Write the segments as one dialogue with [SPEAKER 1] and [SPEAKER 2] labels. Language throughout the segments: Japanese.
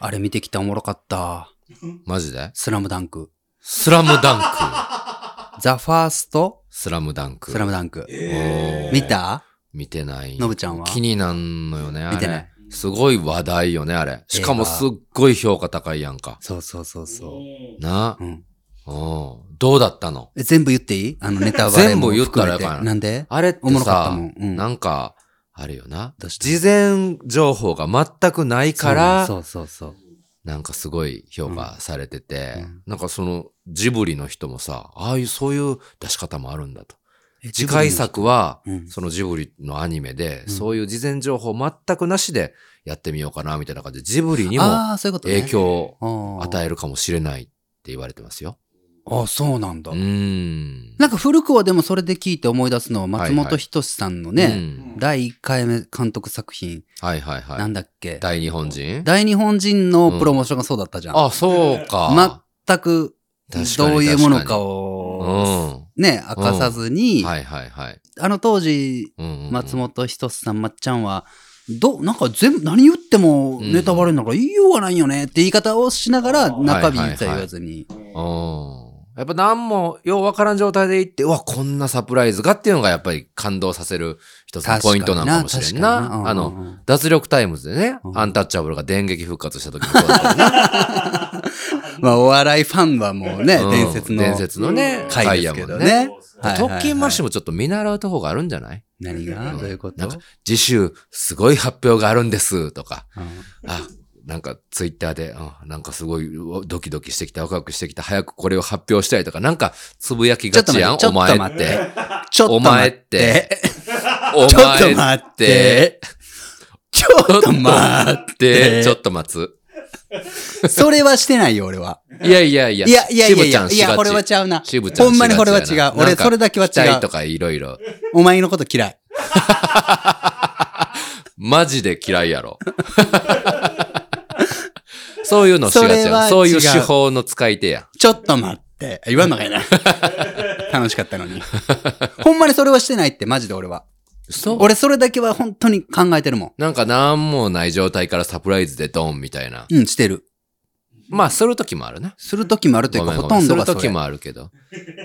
[SPEAKER 1] あれ見てきたおもろかった。
[SPEAKER 2] マジで
[SPEAKER 1] スラムダンク。
[SPEAKER 2] スラムダンク。
[SPEAKER 1] ザ・ファースト・
[SPEAKER 2] スラムダンク。
[SPEAKER 1] スラムダンク。
[SPEAKER 2] おー
[SPEAKER 1] 見た
[SPEAKER 2] 見てない。
[SPEAKER 1] のぶちゃんは
[SPEAKER 2] 気になんのよね、あれ。
[SPEAKER 1] 見てない
[SPEAKER 2] すごい話題よね、あれ。しかもすっごい評価高いやんか。
[SPEAKER 1] そうそうそうそ
[SPEAKER 2] な
[SPEAKER 1] う。うん。
[SPEAKER 2] うん。どうだったの
[SPEAKER 1] え全部言っていいあのネタバレも含めて。
[SPEAKER 2] 全部言ったらやから
[SPEAKER 1] なんで
[SPEAKER 2] あれって
[SPEAKER 1] おもろかった
[SPEAKER 2] さ
[SPEAKER 1] も、ん。うん。
[SPEAKER 2] なんか、あるよな。
[SPEAKER 1] どうした
[SPEAKER 2] 事前情報が全くないから、
[SPEAKER 1] そうそうそう。
[SPEAKER 2] なんかすごい評価されてて、
[SPEAKER 1] うん
[SPEAKER 2] なんかそのジブリの人もさ、ああいうそういう出し方もあるんだと。
[SPEAKER 1] え
[SPEAKER 2] 次回。作は、
[SPEAKER 1] うん。
[SPEAKER 2] そのジブリのアニメで、
[SPEAKER 1] うん
[SPEAKER 2] そういう事前情報全くなしでやってみようかな、みたいな感じで、ジブリにも
[SPEAKER 1] ああ、そういうことね。
[SPEAKER 2] 影響を
[SPEAKER 1] を
[SPEAKER 2] 与えるかもしれないって言われてますよ。
[SPEAKER 1] ああ、そうなんだ
[SPEAKER 2] う。ん。
[SPEAKER 1] なんか古くはでもそれで聞いて思い出すのは松
[SPEAKER 2] はいは
[SPEAKER 1] 本
[SPEAKER 2] い
[SPEAKER 1] 人志さんの
[SPEAKER 2] う
[SPEAKER 1] ね、
[SPEAKER 2] ん
[SPEAKER 1] 第1回目監督作品、
[SPEAKER 2] はいはいはい。
[SPEAKER 1] なんだっけ。
[SPEAKER 2] 大日本人
[SPEAKER 1] 大日本人のプロモーションがそうだったじゃん。
[SPEAKER 2] あ、そうか。
[SPEAKER 1] 全く
[SPEAKER 2] 確かに
[SPEAKER 1] どういうものか
[SPEAKER 2] う
[SPEAKER 1] を
[SPEAKER 2] ん。
[SPEAKER 1] ね、明かさずに、
[SPEAKER 2] はいはいはい。
[SPEAKER 1] あの当時、
[SPEAKER 2] うんうんうん
[SPEAKER 1] 松本人志さん、まっちゃんは、ど、なんか全部、何言ってもネタバレなんか言いようがないよねって言い方をしながら、
[SPEAKER 3] うん
[SPEAKER 1] 中身言ったり言わずに。
[SPEAKER 2] うん。やっぱ何もようわからん状態で行って、うわ、こんなサプライズがっていうのがやっぱり感動させる一つのポイントなのかもしれんな。
[SPEAKER 1] 確かにな
[SPEAKER 2] あ
[SPEAKER 1] うんうんうん
[SPEAKER 2] の、脱力タイムズでね、
[SPEAKER 1] うん
[SPEAKER 2] アンタッチャブルが電撃復活した時もそうだったよね
[SPEAKER 1] まあ、お笑いファンはもう ね、
[SPEAKER 2] うん
[SPEAKER 1] 伝説の。
[SPEAKER 2] 伝説のね、
[SPEAKER 1] 回ですけどね
[SPEAKER 2] 回やもん
[SPEAKER 1] はいはいはい
[SPEAKER 2] 特権マッシュもちょっと見習うとこがあるんじゃない
[SPEAKER 1] 何が
[SPEAKER 2] うん
[SPEAKER 1] どういうこと
[SPEAKER 2] なんか、次週、すごい発表があるんです、とか。
[SPEAKER 1] うん
[SPEAKER 2] あ、なんかツイッターで、あなんかすごいうわドキドキしてきた、ワクワクしてきた、早くこれを発表したいとか、なんかつぶやきがちやん、
[SPEAKER 1] ちょ
[SPEAKER 2] お
[SPEAKER 1] っと待
[SPEAKER 2] 前
[SPEAKER 1] って
[SPEAKER 2] っ
[SPEAKER 1] ちょっとちょっと
[SPEAKER 2] て。お
[SPEAKER 1] 待
[SPEAKER 2] 前
[SPEAKER 1] っ
[SPEAKER 2] って
[SPEAKER 1] て。
[SPEAKER 2] お
[SPEAKER 1] ちょっと
[SPEAKER 2] 前
[SPEAKER 1] 待って。ちょっと待っ
[SPEAKER 2] って、ちょっと待つ。
[SPEAKER 1] て。それはしてないよ、俺は。
[SPEAKER 2] いやいやいや。
[SPEAKER 1] いや、いやいやいや、い
[SPEAKER 2] しぶちゃんしが
[SPEAKER 1] や、
[SPEAKER 2] ち
[SPEAKER 1] これはちゃうな。
[SPEAKER 2] しぶちゃん
[SPEAKER 1] ほんまにこれは違
[SPEAKER 2] しがちや
[SPEAKER 1] う。
[SPEAKER 2] なな
[SPEAKER 1] 俺、
[SPEAKER 2] んか
[SPEAKER 1] それだけは違
[SPEAKER 2] 期待と
[SPEAKER 1] う。
[SPEAKER 2] かいろいろ。
[SPEAKER 1] お前のこと嫌い。
[SPEAKER 2] マジで嫌いやろ。 そういうのしがち
[SPEAKER 1] それ
[SPEAKER 2] や
[SPEAKER 1] は違
[SPEAKER 2] ん。
[SPEAKER 1] う
[SPEAKER 2] そういう手法の使い手やん。
[SPEAKER 1] ちょっと待って。言わんの かいな。楽しかったのに。ほんまにそれはしてないって、マジで俺は。
[SPEAKER 2] そう。
[SPEAKER 1] 俺、それだけは本当に考えてるもん。
[SPEAKER 2] なんかなんもない状態からサプライズでドンみたいな。
[SPEAKER 1] うん、してる。
[SPEAKER 2] まあ、するときもあるな。
[SPEAKER 1] するときもあるという
[SPEAKER 2] ご
[SPEAKER 1] か、
[SPEAKER 2] めん
[SPEAKER 1] ほとんどが
[SPEAKER 2] す
[SPEAKER 1] そ
[SPEAKER 2] る時
[SPEAKER 1] れ。
[SPEAKER 2] もあるけど。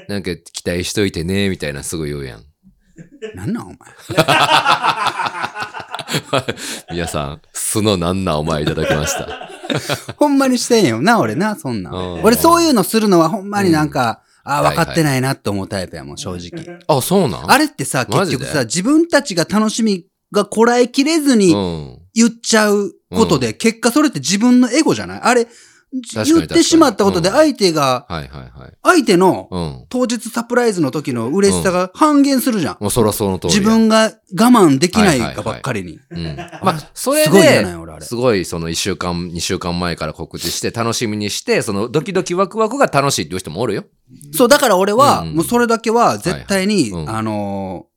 [SPEAKER 2] なんか期待しといてね、みたいなすぐ言うやん。
[SPEAKER 1] なんなん、お前。
[SPEAKER 2] 皆さん、素のなんなお前いただきました。
[SPEAKER 1] ほんまにしてんよな、俺な、そんな
[SPEAKER 2] うん
[SPEAKER 1] ん。俺、そういうのするのはほんまになんか、あー分かってないなって思うタイプやもん、正直。
[SPEAKER 2] あ、そうな ん
[SPEAKER 1] あ
[SPEAKER 2] れ
[SPEAKER 1] れってさ、
[SPEAKER 2] マ
[SPEAKER 1] 結
[SPEAKER 2] ジで
[SPEAKER 1] 局さ、自分たちが楽しみがこらえきれずに
[SPEAKER 2] うん。
[SPEAKER 1] 言っちゃうことで、結果それって自分のエゴじゃないあれ、
[SPEAKER 2] かに
[SPEAKER 1] 言ってしまったことで
[SPEAKER 2] 確か
[SPEAKER 1] 相手が、
[SPEAKER 2] はいはいはい。
[SPEAKER 1] 相手の
[SPEAKER 2] うん。
[SPEAKER 1] 当日サプライズの時の嬉しさが半減するじゃん。
[SPEAKER 2] もうそらその通りや。
[SPEAKER 1] 自分が我慢できないかばっかりに。
[SPEAKER 2] うん。まあ、それ
[SPEAKER 1] すごいじゃない
[SPEAKER 2] で、
[SPEAKER 1] 俺、あれ。
[SPEAKER 2] すごい、その一週間、二週間前から告知して、楽しみにして、そのドキドキワクワクが楽しいっていう人もおるよ。
[SPEAKER 1] そう、だから俺は、
[SPEAKER 2] うん
[SPEAKER 1] もうそれだけは絶対に、
[SPEAKER 2] はいはいうん
[SPEAKER 1] あのー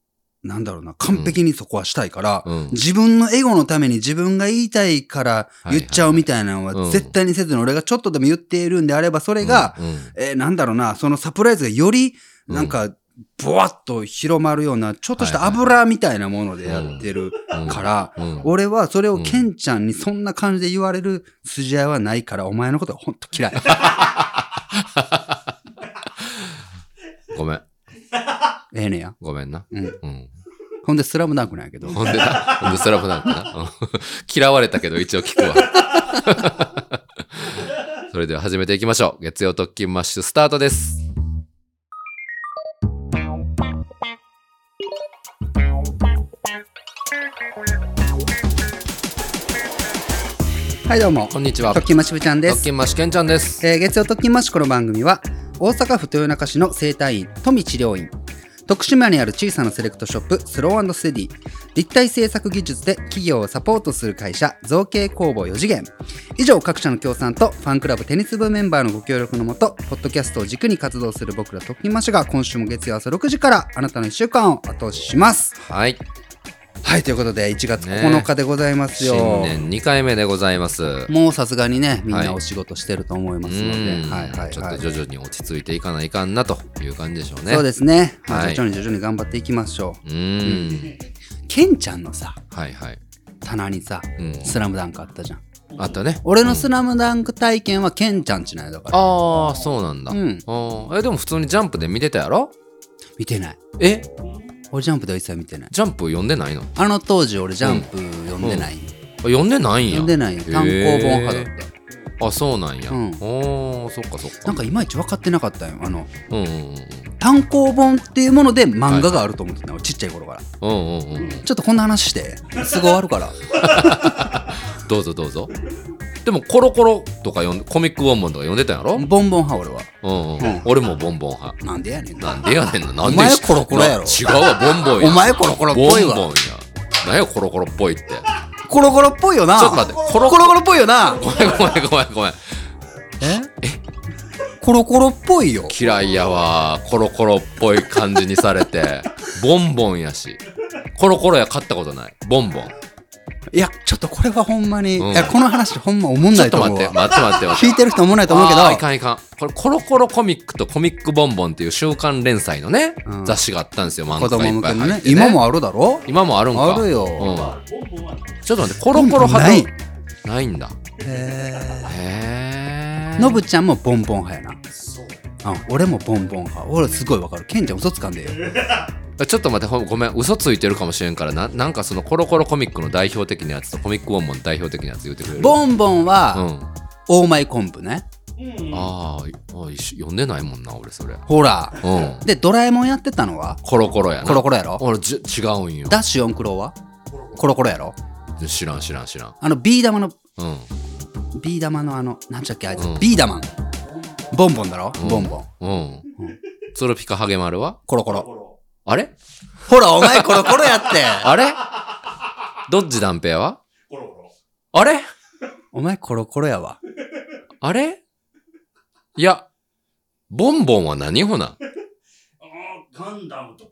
[SPEAKER 1] なんだろうな、完璧にそこはしたいから、
[SPEAKER 2] うん
[SPEAKER 1] 自分のエゴのために自分が言いたいから言っちゃうみたいなの
[SPEAKER 2] はいはいは
[SPEAKER 1] はい絶対にせずに、俺がちょっとでも言っているんであれば、それが、
[SPEAKER 2] うん、
[SPEAKER 1] えーなんだろうな、そのサプライズがより、なんか、ぼわっと広まるような、ちょっとした油みたいなものでやってる
[SPEAKER 2] うん
[SPEAKER 1] から、
[SPEAKER 2] うん、うん
[SPEAKER 1] 俺はそれをケンちゃんにそんな感じで言われる筋合いはないから、お前のことはほんと嫌い。
[SPEAKER 2] ごめん。
[SPEAKER 1] ええねや。
[SPEAKER 2] ごめんな。
[SPEAKER 1] うん。
[SPEAKER 2] うん。
[SPEAKER 1] ほんで、スラムダンクなんやけど。
[SPEAKER 2] ほんでな、ほんでスラムダンクな。うん 嫌われたけど一応聞くわ。 それでは始めていきましょう。月曜特勤マッシュスタートです。
[SPEAKER 1] はい、どうも。
[SPEAKER 2] こんにちは。
[SPEAKER 1] 特
[SPEAKER 2] 特
[SPEAKER 1] 勤マッシブちゃんです。
[SPEAKER 2] 勤マッシュけんちゃんです。
[SPEAKER 1] えー月曜特勤マッシュこの番組は、大阪府豊中市の整体院、富治療院、徳島にある小さなセレクトショップ、スローステディ、立体制作技術で企業をサポートする会社、造形工房4次元。以上、各社の協賛とファンクラブテニス部メンバーのご協力のもと、ポッドキャストを軸に活動する僕ら特勤マッシュが、今週も月曜朝6時から、あなたの1週間を後押しします。
[SPEAKER 2] はい。
[SPEAKER 1] はい、ということで、1月
[SPEAKER 2] ね
[SPEAKER 1] 9日でございますよ。
[SPEAKER 2] 新年2回目でございます。
[SPEAKER 1] もうさすがにね、みん
[SPEAKER 2] はい
[SPEAKER 1] なお仕事してると思いますので、
[SPEAKER 2] うん
[SPEAKER 1] はいはい
[SPEAKER 2] ちょっ
[SPEAKER 1] は
[SPEAKER 2] と
[SPEAKER 1] い。
[SPEAKER 2] 徐々に落ち着いていかないかんなという感じでしょうね。
[SPEAKER 1] そうですね。まあ
[SPEAKER 2] はい
[SPEAKER 1] 徐々に徐々に頑張っていきましょ
[SPEAKER 2] うーん。
[SPEAKER 1] う。ケンちゃんのさ、
[SPEAKER 2] はいはい。
[SPEAKER 1] 棚にさ「
[SPEAKER 2] うん
[SPEAKER 1] スラムダンクあったじゃん
[SPEAKER 2] あったね
[SPEAKER 1] 俺の「スラムダンク体験はケンちゃんちなんやだから
[SPEAKER 2] ああそうなんだ、
[SPEAKER 1] う
[SPEAKER 2] あ
[SPEAKER 1] ん
[SPEAKER 2] ーえでも普通にジャンプで見てたやろ
[SPEAKER 1] 見てない
[SPEAKER 2] え
[SPEAKER 1] 俺ジャンプでは一切見てない
[SPEAKER 2] ジャンプ読んでないのあ
[SPEAKER 1] あの当時俺ジャンプ読んでない、
[SPEAKER 2] 読んでないんや
[SPEAKER 1] 読んでないよ単行本派だった、
[SPEAKER 2] あそうなんや、
[SPEAKER 1] うん
[SPEAKER 2] おーそっかそっか
[SPEAKER 1] なんかいまいち分かってなかったよあの
[SPEAKER 2] うんうんうん
[SPEAKER 1] 単行本っていうもので漫画があると思ってたの、ちっちゃい頃からち
[SPEAKER 2] うんうんうんうん
[SPEAKER 1] ょっとこんな話してすぐ終わるから
[SPEAKER 2] どうぞどうぞでもコロコロとか読んでコミックボンボンとか読んでたやろ、
[SPEAKER 1] ボンボン派俺は
[SPEAKER 2] うんうん
[SPEAKER 1] うん
[SPEAKER 2] 俺もボンボン派
[SPEAKER 1] なんでやねん
[SPEAKER 2] なんでやねんななんで
[SPEAKER 1] お前コロコロやろ
[SPEAKER 2] な違うわボンボンや
[SPEAKER 1] お前コロコロっぽいわ
[SPEAKER 2] ボンボンやなんやコロコロっぽいって
[SPEAKER 1] コロコロっぽいよな
[SPEAKER 2] ちょっと待っ
[SPEAKER 1] コ
[SPEAKER 2] て
[SPEAKER 1] ロコロっぽいよ な
[SPEAKER 2] ごめんごめんごめんごめん
[SPEAKER 1] えコロコロっぽいよ
[SPEAKER 2] 嫌いやわコロコロっぽい感じにされて ボンボンやしコロコロや買ったことないボンボン
[SPEAKER 1] いやちょっとこれはほんまに、
[SPEAKER 2] うん
[SPEAKER 1] いやこの話ほんま思ん
[SPEAKER 2] ちょ
[SPEAKER 1] な
[SPEAKER 2] っ
[SPEAKER 1] いと
[SPEAKER 2] と
[SPEAKER 1] 思
[SPEAKER 2] 待
[SPEAKER 1] う
[SPEAKER 2] って
[SPEAKER 1] わ
[SPEAKER 2] 待って待って待
[SPEAKER 1] 聞
[SPEAKER 2] っ
[SPEAKER 1] い
[SPEAKER 2] て
[SPEAKER 1] てる人思んないと思うけ
[SPEAKER 2] あーい
[SPEAKER 1] ど
[SPEAKER 2] かんいかんこれコロコロコミックとコミックボンボンっていう週刊連載のね、
[SPEAKER 1] うん
[SPEAKER 2] 雑誌があったんですよ漫
[SPEAKER 1] 子
[SPEAKER 2] 画
[SPEAKER 1] 供
[SPEAKER 2] がいっ
[SPEAKER 1] 向
[SPEAKER 2] ぱ
[SPEAKER 1] け
[SPEAKER 2] い
[SPEAKER 1] の
[SPEAKER 2] 入っ
[SPEAKER 1] ね
[SPEAKER 2] て、ね、
[SPEAKER 1] 今もあるだろ
[SPEAKER 2] 今もあるんか
[SPEAKER 1] あるよ
[SPEAKER 2] うんちょっと待ってコロコロ派
[SPEAKER 1] ない
[SPEAKER 2] とないんだ
[SPEAKER 1] へ
[SPEAKER 2] へえ
[SPEAKER 1] ーのぶちゃんもボンボン派やなうん、俺もボンボン派俺すごいわかるケンちゃん嘘つかんでええよ
[SPEAKER 2] ちょっと待ってほんごめん嘘ついてるかもしれんからななんかそのコロコロコミックの代表的なやつとコミックボンボンの代表的なやつ言ってくれる
[SPEAKER 1] ボンボン
[SPEAKER 2] う
[SPEAKER 1] は、
[SPEAKER 2] ん
[SPEAKER 1] オーマイ昆布ね
[SPEAKER 2] あーあ一緒読んでないもんな俺それ
[SPEAKER 1] ほら
[SPEAKER 2] うん
[SPEAKER 1] でドラえもんやってたのは
[SPEAKER 2] コロコロやな
[SPEAKER 1] コロコロやろ
[SPEAKER 2] 俺じ違うんよ
[SPEAKER 1] ダッシュ四クロはコロコロやろ
[SPEAKER 2] 知らん知らん知らん
[SPEAKER 1] あのビー玉の
[SPEAKER 2] うん
[SPEAKER 1] ビー玉のあのなんちゃっけあいつ、
[SPEAKER 2] うん
[SPEAKER 1] ビー玉ボンボンだろ、ボンボン
[SPEAKER 2] うんツルピカハゲマルは
[SPEAKER 1] コロコロ
[SPEAKER 2] あれ
[SPEAKER 1] ほらお前コロコロやって
[SPEAKER 2] あれどっち断平はあれ
[SPEAKER 1] お前コロコロやわ
[SPEAKER 2] あれいやボンボンは何ほな
[SPEAKER 3] ガンダムと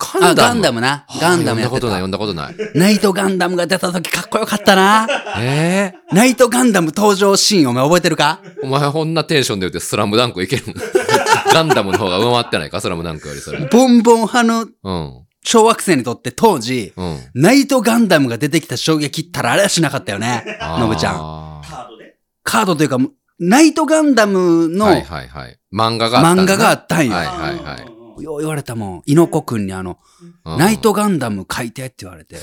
[SPEAKER 3] か
[SPEAKER 2] ガ
[SPEAKER 1] あ
[SPEAKER 2] ンダム
[SPEAKER 1] ガンダムな
[SPEAKER 2] あー
[SPEAKER 1] ガンダムやってた
[SPEAKER 2] 読んだことない読んだこ
[SPEAKER 1] ナイトガンダムが出た時かっこよかったな
[SPEAKER 2] とないええ
[SPEAKER 1] ナイトガンダム登場シーンお前覚えてるか
[SPEAKER 2] お前こんなテンションで言ってスラムダンクいけるの ガンダムの方が上回ってないかスラムダンクよりそれ
[SPEAKER 1] ボンボン派の
[SPEAKER 2] うん
[SPEAKER 1] 小学生にとって当時、
[SPEAKER 2] うん
[SPEAKER 1] ナイトガンダムが出てきた衝撃ったらあれはしなかったよね。のぶちゃん。
[SPEAKER 2] ん
[SPEAKER 3] カードで
[SPEAKER 1] カードというか、ナイトガンダムの
[SPEAKER 2] はいはいはい。漫画があった
[SPEAKER 1] 漫
[SPEAKER 2] んだ
[SPEAKER 1] 画があったんよ。
[SPEAKER 2] はいはいはい
[SPEAKER 3] うん
[SPEAKER 1] よう言われたもん。猪子くんにあの、
[SPEAKER 2] うん
[SPEAKER 1] ナイトガンダム書いてって言わ れて。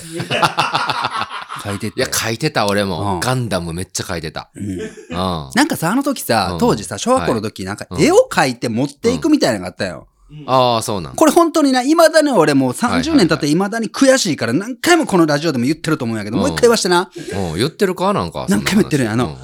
[SPEAKER 1] 書いてっ
[SPEAKER 2] い
[SPEAKER 1] て。
[SPEAKER 2] や、書いてた俺も、
[SPEAKER 1] うん
[SPEAKER 2] ガンダムめっちゃ書いてた。
[SPEAKER 1] うん
[SPEAKER 2] うん。あ
[SPEAKER 1] なんかさ、あの時
[SPEAKER 2] う
[SPEAKER 1] さ
[SPEAKER 2] ん、
[SPEAKER 1] 当時さ、小学校の時なんか
[SPEAKER 2] はい
[SPEAKER 1] 絵を描いて持っていくみたいなのがあったよ。
[SPEAKER 3] うん
[SPEAKER 2] あー、そうなんだ。
[SPEAKER 1] これ本当にな、未だに俺もう30年経っ
[SPEAKER 2] はいは
[SPEAKER 1] て未
[SPEAKER 2] いは
[SPEAKER 1] だに悔しいから何回もこのラジオでも言ってると思うんやけど、もう一回言わしてな。
[SPEAKER 2] うん、言ってるかなんか。
[SPEAKER 1] 何回も言ってるんやあの
[SPEAKER 2] うんうん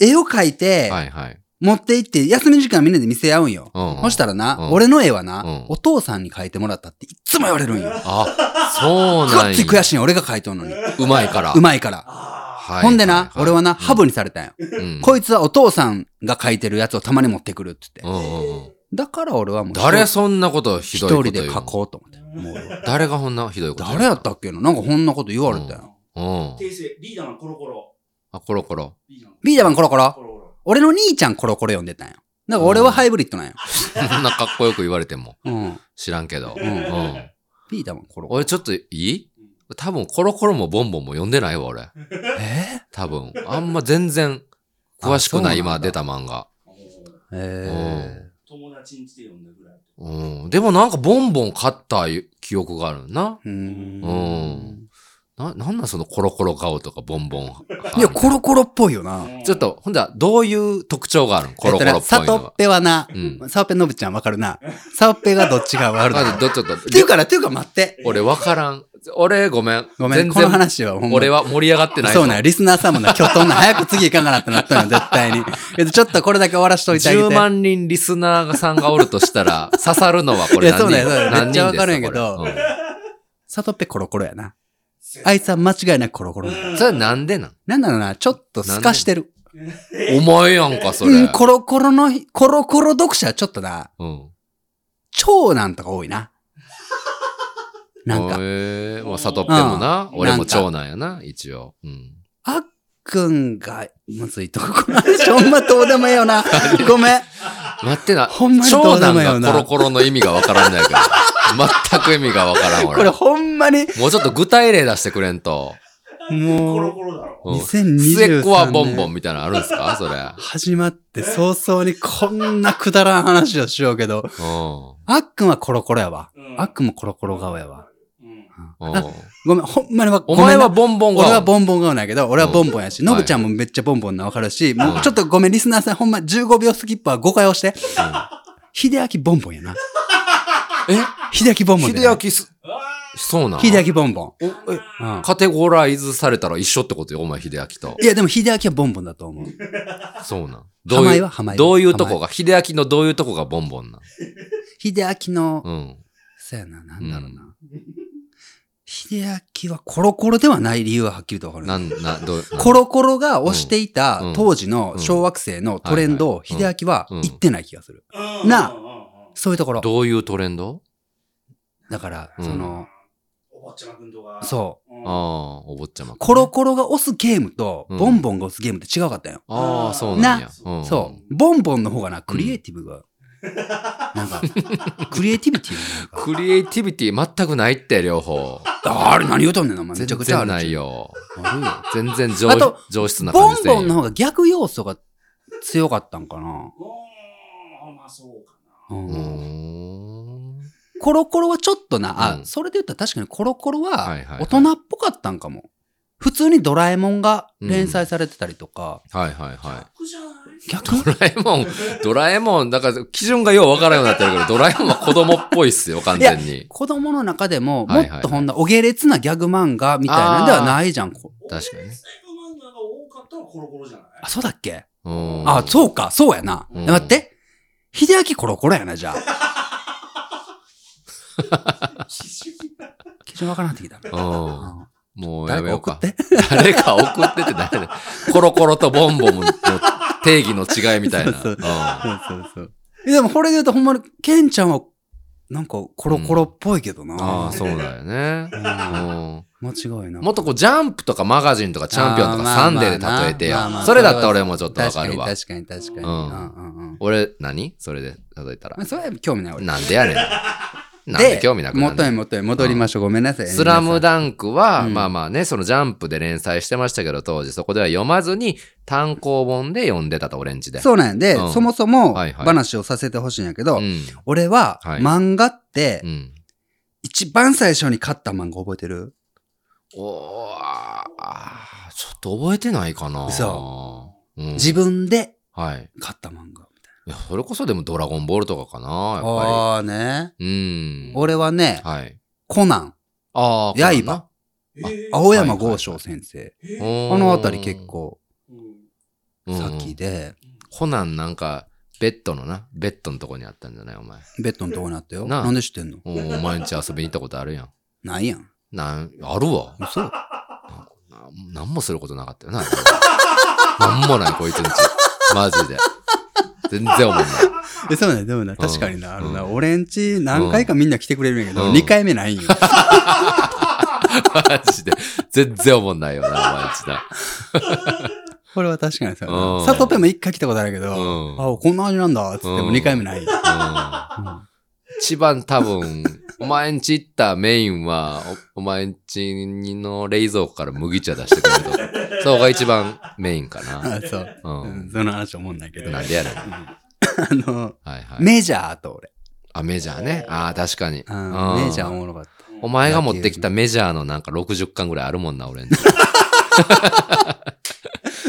[SPEAKER 1] 絵を描いて、
[SPEAKER 2] はいはい。
[SPEAKER 1] 持って行って、休み時間みんなで見せ合うんよ。
[SPEAKER 2] うんうん
[SPEAKER 1] そしたらな、
[SPEAKER 2] うん
[SPEAKER 1] 俺の絵はな、
[SPEAKER 2] うん
[SPEAKER 1] お父さんに描いてもらったっていっつも言われるんよ。
[SPEAKER 2] あ、そ
[SPEAKER 1] ご
[SPEAKER 2] う な
[SPEAKER 1] っ
[SPEAKER 2] ん
[SPEAKER 1] つい悔
[SPEAKER 2] や。
[SPEAKER 1] しいんよ俺が描いとんのに。
[SPEAKER 2] うまいから。
[SPEAKER 1] うまいから。
[SPEAKER 3] あ
[SPEAKER 2] はい
[SPEAKER 1] ほんでな、俺は、な、
[SPEAKER 2] い
[SPEAKER 1] ハブにされたんよ。
[SPEAKER 2] うん
[SPEAKER 1] こいつはお父さんが描いてるやつをたまに持ってくるって言
[SPEAKER 2] う
[SPEAKER 1] って。
[SPEAKER 2] んうんうん
[SPEAKER 1] だから俺はもう、
[SPEAKER 2] 誰
[SPEAKER 1] 一人
[SPEAKER 2] そんなことひど
[SPEAKER 1] 一
[SPEAKER 2] いこと
[SPEAKER 1] 人
[SPEAKER 2] 言う
[SPEAKER 1] で
[SPEAKER 2] の
[SPEAKER 1] 描こうと思って。もう俺
[SPEAKER 2] 誰がこんなひどいこと言う
[SPEAKER 1] 誰やったっけななんかこんなこと言われた
[SPEAKER 3] ー
[SPEAKER 1] よ。
[SPEAKER 2] うん。
[SPEAKER 3] 訂正リーダーのコロコロ
[SPEAKER 2] あ、コロコロ。
[SPEAKER 3] リーダーの
[SPEAKER 1] ビーダマンコロコ
[SPEAKER 3] コ
[SPEAKER 1] ロ。
[SPEAKER 3] ロコロ
[SPEAKER 1] 俺の兄ちゃんコロコロ読んでたんよ。だから俺はハイブリッドなんよ。
[SPEAKER 2] そんなかっこよく言われても
[SPEAKER 1] うん。
[SPEAKER 2] 知らんけど。うんん。
[SPEAKER 1] ビーダマンコロコロ。
[SPEAKER 2] 俺ちょっといい多分コロコロもボンボンも読んでないわ、俺。
[SPEAKER 1] え
[SPEAKER 2] 多分。あんま全 然詳しくな
[SPEAKER 1] あそう
[SPEAKER 2] い、
[SPEAKER 1] な
[SPEAKER 2] 今
[SPEAKER 1] んだ
[SPEAKER 2] 出た漫画。
[SPEAKER 3] う
[SPEAKER 1] ー、
[SPEAKER 3] ん
[SPEAKER 1] え
[SPEAKER 3] 友達んちで読んだぐらい
[SPEAKER 2] うん。でもなんかボンボン買った記憶があるな。
[SPEAKER 1] ー。うー
[SPEAKER 2] うん
[SPEAKER 1] ん。
[SPEAKER 2] な、なんなんそのコロコロ顔とかボンボ ン。
[SPEAKER 1] いや、コロコロっぽいよな。
[SPEAKER 3] うん
[SPEAKER 2] ちょっと、ほんだらどういう特徴があるのコロコロっぽ
[SPEAKER 1] サ
[SPEAKER 2] いの
[SPEAKER 1] トッ
[SPEAKER 2] は。
[SPEAKER 1] ペはな
[SPEAKER 2] う、ん。
[SPEAKER 1] サトッペのぶちゃんわかるな。サトッペがどっちがわかる
[SPEAKER 2] ま
[SPEAKER 1] な。
[SPEAKER 2] ず
[SPEAKER 1] っ
[SPEAKER 2] ど、ちょっと、
[SPEAKER 1] ていうから、っていうか待って。
[SPEAKER 2] 俺わからん。俺ごめん。
[SPEAKER 1] ごめん、
[SPEAKER 2] 全
[SPEAKER 1] この
[SPEAKER 2] 然
[SPEAKER 1] 話はほんま
[SPEAKER 2] 俺は盛り上がってないぞ。
[SPEAKER 1] そうね、リスナーさんもな、きょとんな、早く次行かんかなってなったの、絶対に。けどちょっとこれだけ終わらしといてあげて。
[SPEAKER 2] 10万人リスナーさんがおるとした ら、刺さるのはこれ
[SPEAKER 1] いやそ
[SPEAKER 2] 何人
[SPEAKER 1] うだよそうだよ
[SPEAKER 2] 何人
[SPEAKER 1] めっちゃわ
[SPEAKER 2] です
[SPEAKER 1] かるんやけど
[SPEAKER 2] これ
[SPEAKER 1] サトッペコロコロやな。あいつは間違いなくコロコロだ
[SPEAKER 2] うんそれなんでなん
[SPEAKER 1] なんだろうな、ちょっと透かしてる。
[SPEAKER 2] お前やんか、それ。
[SPEAKER 1] うん、コロコロの、コロコロ読者はちょっとな、
[SPEAKER 2] うん。
[SPEAKER 1] 長男とか多いな。なんか、
[SPEAKER 2] ええまあ、サトッペもな、
[SPEAKER 1] うん
[SPEAKER 2] 俺も長男やな、一応。うん。
[SPEAKER 1] あっくんが、むずいとこ、この話ほんまどうでもええよな。ごめん。
[SPEAKER 2] 待ってな、
[SPEAKER 1] ほんまにど
[SPEAKER 2] 長
[SPEAKER 1] うでもええ
[SPEAKER 2] 男
[SPEAKER 1] よ
[SPEAKER 2] が
[SPEAKER 1] な
[SPEAKER 2] コロコロの意味がわからんないけ ど。全く意味がわからん、
[SPEAKER 1] これ
[SPEAKER 2] 俺。
[SPEAKER 1] ほんまに、
[SPEAKER 2] もうちょっと具体例出してくれんと。
[SPEAKER 1] もう
[SPEAKER 3] コロコロだろ。
[SPEAKER 2] うん
[SPEAKER 1] 2023年
[SPEAKER 2] 末っ子はボンボンみたいなのあるんですかそれ。うん。
[SPEAKER 1] 始まって早々にこんなくだらん話をしようけど、あっくんはコロコロやわ。
[SPEAKER 3] うん
[SPEAKER 1] あっくんもコロコロ顔やわ。
[SPEAKER 3] うん。
[SPEAKER 2] うん
[SPEAKER 1] あごめん、ほんまにわ
[SPEAKER 2] お前は
[SPEAKER 1] ごめんな
[SPEAKER 2] ボンボンが。
[SPEAKER 1] 俺はボンボン顔なんやけど、俺はボンボンやし、
[SPEAKER 2] うん
[SPEAKER 1] ノブちゃんもめっちゃボンボンなわかるし、も
[SPEAKER 2] は
[SPEAKER 1] う
[SPEAKER 2] い
[SPEAKER 1] ちょっとごめん、リスナーさん、ほんま15秒スキップは誤解をして。秀明ボンボンやな。
[SPEAKER 2] え
[SPEAKER 1] 秀明ボンボンで。
[SPEAKER 2] 秀明す、
[SPEAKER 3] あ
[SPEAKER 2] そうなの
[SPEAKER 1] 秀明ボンボン。
[SPEAKER 2] おえ
[SPEAKER 1] うん
[SPEAKER 2] カテゴライズされたら一緒ってことよ、お前、秀明と。
[SPEAKER 1] いや、でも秀明はボンボンだと思う。
[SPEAKER 2] そうなん。どう
[SPEAKER 1] 浜
[SPEAKER 2] い
[SPEAKER 1] 井
[SPEAKER 2] う
[SPEAKER 1] は、浜井は。
[SPEAKER 2] どういうとこ
[SPEAKER 1] 浜
[SPEAKER 2] が、秀明のどういうとこがボンボンなん
[SPEAKER 1] 井秀明の、
[SPEAKER 2] うん。
[SPEAKER 1] そうやな、なんだろうな。秀明はコロコロではない理由ははっきりとわかる。
[SPEAKER 2] なん、な、どう、なん
[SPEAKER 1] コロコロが推していた
[SPEAKER 2] うん
[SPEAKER 1] 当時の小学生のトレンドを
[SPEAKER 2] うん
[SPEAKER 1] 秀明は言ってない気がする。
[SPEAKER 3] ー
[SPEAKER 1] なあ
[SPEAKER 3] うんうんうんうん
[SPEAKER 1] そういうところ。
[SPEAKER 2] どういうトレンド
[SPEAKER 1] だから、
[SPEAKER 2] うん
[SPEAKER 1] その、
[SPEAKER 3] お坊ちゃま君とか。
[SPEAKER 1] そう。
[SPEAKER 3] うん。
[SPEAKER 2] ああ、お坊ちゃま。
[SPEAKER 1] コロコロが押すゲームと、
[SPEAKER 2] うん
[SPEAKER 1] ボンボンが押すゲームって違うかったよ。
[SPEAKER 2] ああ、そうなんや。
[SPEAKER 3] な
[SPEAKER 2] うん
[SPEAKER 1] そう。ボンボンの方がな、クリエイティブが、なんか、クリエイティビティがなんか
[SPEAKER 2] クリエイティビティ全くないって、両方。
[SPEAKER 1] あれ何言うとんねんな、お前。め
[SPEAKER 2] 全
[SPEAKER 1] ちゃくちゃあ
[SPEAKER 2] 然
[SPEAKER 1] る
[SPEAKER 2] ないよ。
[SPEAKER 1] あるよ
[SPEAKER 2] 全然上
[SPEAKER 1] あと
[SPEAKER 2] 上質な
[SPEAKER 1] ボ
[SPEAKER 2] 感
[SPEAKER 1] ン
[SPEAKER 2] じで。
[SPEAKER 1] ボンの方が逆要素が強かったんかな。
[SPEAKER 3] うーんまあそうか
[SPEAKER 1] う
[SPEAKER 3] な。
[SPEAKER 2] うんーん。
[SPEAKER 1] コロコロはちょっとな、あ、
[SPEAKER 2] うん
[SPEAKER 1] それで言ったら確かにコロコロは
[SPEAKER 2] はいはいはい
[SPEAKER 1] 大人っぽかったんかも。普通にドラえもんが連載されてたりとか、
[SPEAKER 2] はいはいは
[SPEAKER 3] 僕じゃない
[SPEAKER 1] 逆
[SPEAKER 2] い。ドラえもん、ドラえもん、だから基準がようわからんようになってるけど、ドラえもんは子供っぽいっすよ、完全に。
[SPEAKER 1] 子供の中でも
[SPEAKER 2] はい
[SPEAKER 1] も
[SPEAKER 2] はいはい
[SPEAKER 1] っとほんなお下劣なギャグ漫画みたいなんではないじゃん。こ
[SPEAKER 2] 確かに
[SPEAKER 3] 俺のスタイル漫画が多かったのはコロコロじゃない
[SPEAKER 1] あ、そうだっけ
[SPEAKER 2] うん
[SPEAKER 1] あ、そうか、そうやな。
[SPEAKER 2] うん
[SPEAKER 1] 待って。秀明コロコロやな、じゃあ。
[SPEAKER 3] 基準が
[SPEAKER 1] 基準わからなくなってきた
[SPEAKER 2] う
[SPEAKER 1] な。
[SPEAKER 2] ん。もうや
[SPEAKER 1] 誰
[SPEAKER 2] め
[SPEAKER 1] か
[SPEAKER 2] よう
[SPEAKER 1] 送っ
[SPEAKER 2] か。
[SPEAKER 1] て。
[SPEAKER 2] 誰か送ってって誰だコロコロとボンボンの定義の違いみたいな。
[SPEAKER 1] そうそう
[SPEAKER 2] う
[SPEAKER 1] そうそう。えでもこれで言うとほんまに、ケンちゃんは、なんかコロコロっぽいけどな。
[SPEAKER 2] んああ、そうだよね。うん
[SPEAKER 1] 間違いない。
[SPEAKER 2] もっとこう、ジャンプとかマガジンとかチャンピオン
[SPEAKER 1] あー
[SPEAKER 2] とか
[SPEAKER 1] ま
[SPEAKER 2] サ
[SPEAKER 1] あ
[SPEAKER 2] ン
[SPEAKER 1] まあ
[SPEAKER 2] デーで例えて
[SPEAKER 1] まあま
[SPEAKER 2] よ
[SPEAKER 1] あ。
[SPEAKER 2] それだったら俺もちょっとわ
[SPEAKER 1] 確
[SPEAKER 2] か
[SPEAKER 1] か
[SPEAKER 2] る
[SPEAKER 1] に
[SPEAKER 2] わ。
[SPEAKER 1] 確かに確かに。
[SPEAKER 3] うん
[SPEAKER 1] うんうんうん
[SPEAKER 2] 俺、何それで例えたら
[SPEAKER 1] まあ。それは興味ない俺。
[SPEAKER 2] なんでやねん。なんで興味なくなる
[SPEAKER 1] 元へ元へ戻りましょう。ごめんなさい。
[SPEAKER 2] スラ
[SPEAKER 1] ダ
[SPEAKER 2] ムダンクは、
[SPEAKER 1] うん
[SPEAKER 2] まあまあね、そのジャンプで連載してましたけど、当時そこでは読まずに単行本で読んでたと、オレンジで。
[SPEAKER 1] そうなんで
[SPEAKER 2] う、ん
[SPEAKER 1] そもそも
[SPEAKER 2] はいはい
[SPEAKER 1] 話をさせてほしいんやけど
[SPEAKER 2] う、ん。
[SPEAKER 1] 俺は
[SPEAKER 2] はい
[SPEAKER 1] 漫画って
[SPEAKER 2] うん。
[SPEAKER 1] 一番最初に買った漫画覚えてる
[SPEAKER 2] おーあーちょっと覚えてないかな。
[SPEAKER 1] 嘘
[SPEAKER 2] うん。
[SPEAKER 1] 自分で
[SPEAKER 2] はい。
[SPEAKER 1] 買った漫画みたい
[SPEAKER 2] いや、それこそでもドラゴンボールとかかな、やっ
[SPEAKER 1] な。
[SPEAKER 2] ぱ
[SPEAKER 1] ああね。
[SPEAKER 2] り。うん。
[SPEAKER 1] 俺はね、
[SPEAKER 2] はい。
[SPEAKER 1] コナン、刃
[SPEAKER 2] ああ、こんな
[SPEAKER 3] えー
[SPEAKER 1] 青山豪昌先生。
[SPEAKER 3] え
[SPEAKER 2] う
[SPEAKER 3] ー
[SPEAKER 2] ーん
[SPEAKER 1] このあたり結構
[SPEAKER 3] うん
[SPEAKER 1] 先。で、
[SPEAKER 2] コナンなんか、ベッドのな、ベッドのとこにあったんじゃないお前。
[SPEAKER 1] ベッドのとこにあったよ。
[SPEAKER 2] なあ
[SPEAKER 1] なんで知ってんの
[SPEAKER 2] うん、毎日遊びに行ったことあるやん。
[SPEAKER 1] ないやん。
[SPEAKER 2] なん、あるわ。
[SPEAKER 1] 嘘
[SPEAKER 2] ななんもすることなかったよな。 なんもない、こいつんち。マジで。全然思んない。
[SPEAKER 1] え、そうね、でもな、確かにな、あのな、
[SPEAKER 2] う
[SPEAKER 1] 俺んち何回かみんな来てくれるんやけ
[SPEAKER 2] う
[SPEAKER 1] ど、
[SPEAKER 2] ん
[SPEAKER 1] 2回目ないんよ。
[SPEAKER 2] マジで。全然思んないよな、毎日な。
[SPEAKER 1] これは確かにそうや
[SPEAKER 2] う
[SPEAKER 1] な。
[SPEAKER 2] ん
[SPEAKER 1] サトペンも1回来たことあるけど、
[SPEAKER 2] うん
[SPEAKER 1] あ、こんな味なんだ、つっても
[SPEAKER 2] うん
[SPEAKER 1] 2回目ない。 うん
[SPEAKER 2] うん一番多分、お前んち行ったメインは、おお前んちの冷蔵庫から麦茶出してくれ ると。そうが一番メインかな。
[SPEAKER 1] あそう。
[SPEAKER 2] う
[SPEAKER 1] うん
[SPEAKER 2] ん。
[SPEAKER 1] その話思うん だけど。
[SPEAKER 2] な
[SPEAKER 1] あ
[SPEAKER 2] んでやねん。は
[SPEAKER 1] の、
[SPEAKER 2] いはい。
[SPEAKER 1] メジャーと俺。
[SPEAKER 2] あ、メジャーね。ああ、確かに。
[SPEAKER 1] うん
[SPEAKER 2] うん
[SPEAKER 1] メジャーおもろかった。
[SPEAKER 2] お前が持ってきたメジャーのなんか60巻ぐらいあるもんな、俺 んち。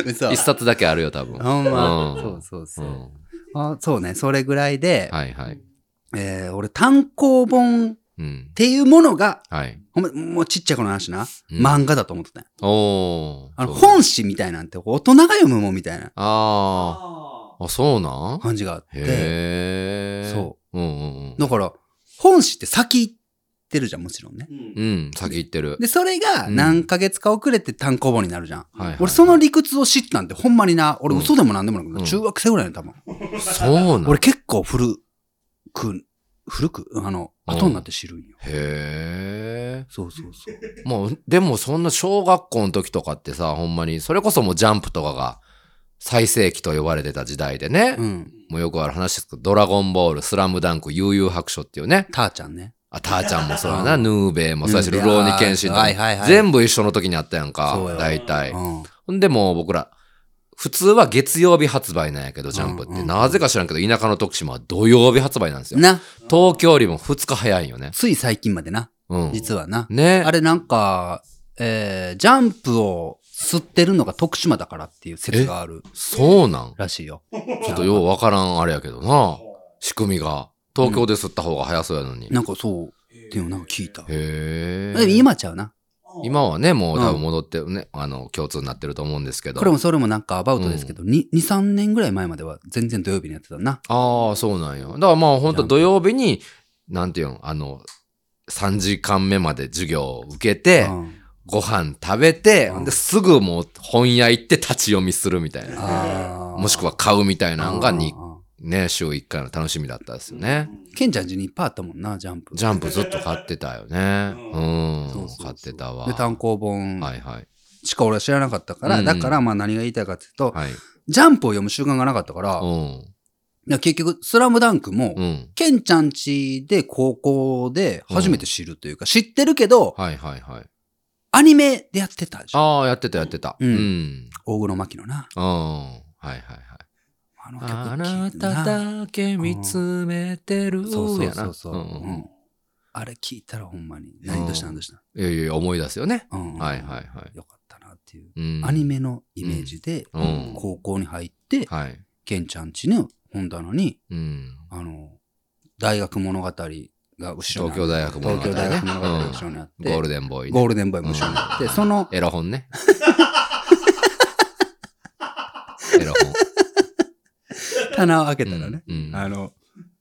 [SPEAKER 1] 嘘
[SPEAKER 2] 一。冊だけあるよ、多分。
[SPEAKER 1] ほんま。
[SPEAKER 2] うん
[SPEAKER 1] そうそうそうう。
[SPEAKER 2] ん。
[SPEAKER 1] あそうね、それぐらいで、
[SPEAKER 2] はいはい。
[SPEAKER 1] えー俺単行本っ
[SPEAKER 2] うん。
[SPEAKER 1] ていうものが、
[SPEAKER 2] はい。
[SPEAKER 1] ほんま、もうちっちゃい頃の話な。
[SPEAKER 2] うん
[SPEAKER 1] 漫画だと思ってたんよ
[SPEAKER 2] おー。
[SPEAKER 1] あの、
[SPEAKER 2] そう
[SPEAKER 1] 本誌みたいなんて、大人が読むもんみたいな
[SPEAKER 2] あ
[SPEAKER 3] あ
[SPEAKER 2] ー。あ、そうなん
[SPEAKER 1] 感じがあって。
[SPEAKER 2] へえ。。
[SPEAKER 1] そう
[SPEAKER 2] うんうんうん。
[SPEAKER 1] だから、本誌って先行ってるじゃん、もちろんね
[SPEAKER 3] ー。うん
[SPEAKER 2] うん、先行ってる。
[SPEAKER 1] で、それが
[SPEAKER 2] うん
[SPEAKER 1] 何ヶ月か遅れて単行本になるじゃん。
[SPEAKER 2] はいはい
[SPEAKER 1] 俺、その理屈を知ったんて、ほんまにな、俺
[SPEAKER 2] うん
[SPEAKER 1] 嘘でもなんでもなく、
[SPEAKER 2] うん
[SPEAKER 1] 中学生ぐらいの多分。
[SPEAKER 2] そうなん
[SPEAKER 1] 俺結構古く、古く、あの、
[SPEAKER 2] うん
[SPEAKER 1] 後になって知るんよ。
[SPEAKER 2] へえ。
[SPEAKER 1] そうそう そう。
[SPEAKER 2] もう、でもそんな小学校の時とかってさ、ほんまに、それこそもうジャンプとかが最盛期と呼ばれてた時代でね。
[SPEAKER 1] うん。
[SPEAKER 2] もうよくある話ですけど、ドラゴンボール、スラムダンク、悠々白書っていうね。
[SPEAKER 1] ターちゃんね。
[SPEAKER 2] あターちゃんもそうやな、ヌーベイもそうやし、
[SPEAKER 1] ヌー
[SPEAKER 2] ル
[SPEAKER 1] ベイ
[SPEAKER 2] ローニケンシンとか
[SPEAKER 1] はいはいはい
[SPEAKER 2] 全部一緒の時にあったやんか
[SPEAKER 1] そうよ、
[SPEAKER 2] 大体。
[SPEAKER 1] うん
[SPEAKER 2] ほんでもう僕ら、普通は月曜日発売なんやけど、ジャンプっ
[SPEAKER 1] う
[SPEAKER 2] て。
[SPEAKER 1] んうんうん
[SPEAKER 2] なぜか知らんけど、田舎の徳島は土曜日発売なんですよ。
[SPEAKER 1] な、
[SPEAKER 2] 東京よりも2日早いんよね。
[SPEAKER 1] つい最近までな、
[SPEAKER 2] うん。
[SPEAKER 1] 実はな。
[SPEAKER 2] ね。
[SPEAKER 1] あれなんか、えージャンプを吸ってるのが徳島だからっていう説がある
[SPEAKER 2] そうなん
[SPEAKER 1] らしいよ。
[SPEAKER 2] ちょっとようわからんあれやけどな。仕組みが。東京で吸った方が早そうやのに。へ
[SPEAKER 1] なんかそう、っていうのなんか聞いた。
[SPEAKER 2] え。
[SPEAKER 1] でも今ちゃうな。
[SPEAKER 2] 今はね、もう多
[SPEAKER 1] うん
[SPEAKER 2] 分戻ってね、あの、共通になってると思うんですけど。
[SPEAKER 1] これもそれもなんかアバウトですけど、に2、3年ぐらい前までは全然土曜日にやってたな。
[SPEAKER 2] ああ、そうなんよ。だからまあ本当土曜日に、なんていうの、あの、3時間目まで授業を受けて、
[SPEAKER 1] うん
[SPEAKER 2] ご飯食べて、
[SPEAKER 1] うん
[SPEAKER 2] ですぐもう本屋行って立ち読みするみたいな。
[SPEAKER 1] あー
[SPEAKER 2] もしくは買うみたいなのがに、
[SPEAKER 1] あ
[SPEAKER 2] ね、週1回の楽しみだったですよね。
[SPEAKER 1] ーケンちゃん家にいっぱいあったもんな、ジャンプ。
[SPEAKER 2] ジャンプずっと買ってたよね。
[SPEAKER 3] う
[SPEAKER 2] うん
[SPEAKER 1] そうそうそう
[SPEAKER 2] 買ってたわ。
[SPEAKER 1] で、単行本
[SPEAKER 2] はいはい。
[SPEAKER 1] しか俺は知らなかったから、
[SPEAKER 2] うん
[SPEAKER 1] だからまあ何が言いたいかっていうと、
[SPEAKER 2] はい。
[SPEAKER 1] ジャンプを読む習慣がなかったから、い
[SPEAKER 2] うん。
[SPEAKER 1] や結局、スラムダンクも、
[SPEAKER 2] うん。
[SPEAKER 1] ケンちゃんちで高校で初めて知るというか、知ってるけど、
[SPEAKER 2] はいはいはい。
[SPEAKER 1] アニメでやってたでしょ。
[SPEAKER 2] ああ、やってたやってた。
[SPEAKER 1] う
[SPEAKER 2] うんん。
[SPEAKER 1] 大黒摩季のな。
[SPEAKER 2] うん。はいはいはい。
[SPEAKER 1] あの曲
[SPEAKER 2] あ
[SPEAKER 1] 聴い
[SPEAKER 2] な
[SPEAKER 1] てな。
[SPEAKER 2] ただけ見つめてる
[SPEAKER 1] そうそう
[SPEAKER 2] や
[SPEAKER 1] そ
[SPEAKER 2] な
[SPEAKER 1] う。そう。
[SPEAKER 2] う
[SPEAKER 1] うん
[SPEAKER 2] うん
[SPEAKER 1] んあれ聞いたらほんまに、何とした何とした。
[SPEAKER 2] いやいや、思い出すよね。
[SPEAKER 1] うん
[SPEAKER 2] はいはいは
[SPEAKER 1] よかったなっていう。
[SPEAKER 2] い。うん
[SPEAKER 1] アニメのイメージで、
[SPEAKER 2] うん
[SPEAKER 1] 高校に入って、
[SPEAKER 2] はい。
[SPEAKER 1] ケンちゃんちの本棚に、
[SPEAKER 2] うん。
[SPEAKER 1] あの、大学物語が後ろにあって
[SPEAKER 2] 東京大学物語ね
[SPEAKER 1] 東京大学物語が後ろにあって、
[SPEAKER 2] ゴールデンボーイ
[SPEAKER 1] ゴー
[SPEAKER 2] ね。
[SPEAKER 1] ルデンボーイも一緒になって、その、
[SPEAKER 2] エロ 本ね。エロ本。
[SPEAKER 1] 棚を開けたらね、
[SPEAKER 2] うんうん
[SPEAKER 1] あの、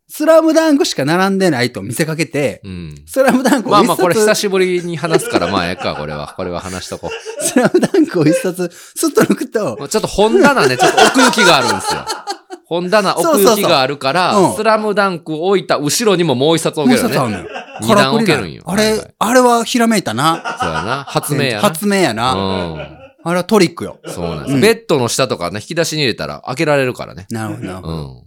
[SPEAKER 1] スラムダンクしか並んでないと見せかけて、
[SPEAKER 2] うん。
[SPEAKER 1] スラムダンクを
[SPEAKER 2] まあ
[SPEAKER 1] 一冊、
[SPEAKER 2] まあ、これ久しぶりに話すから、まあ、ええか、これは。これは話しとこう。
[SPEAKER 1] スラムダンクを一冊、すっと抜くと、
[SPEAKER 2] ちょっと本棚ね、ちょっと奥行きがあるんですよ。本棚奥行きがあるから、
[SPEAKER 1] そうそうそううん
[SPEAKER 2] スラムダンクを置いた後ろにももう一冊置けるよね。
[SPEAKER 1] もう一冊あんのよ
[SPEAKER 2] 二段置けるんよ。
[SPEAKER 1] あ
[SPEAKER 2] はい
[SPEAKER 1] れ、
[SPEAKER 2] はい
[SPEAKER 1] あれはひらめいたな。
[SPEAKER 2] そうやな。発明やな。
[SPEAKER 1] 発明やな。あれはトリックよ
[SPEAKER 2] う。ん。そうなんです、
[SPEAKER 1] うん
[SPEAKER 2] ベッドの下とかね、引き出しに入れたら開けられるからね。
[SPEAKER 1] なるほどなるほ
[SPEAKER 2] う
[SPEAKER 1] ど。
[SPEAKER 2] ん。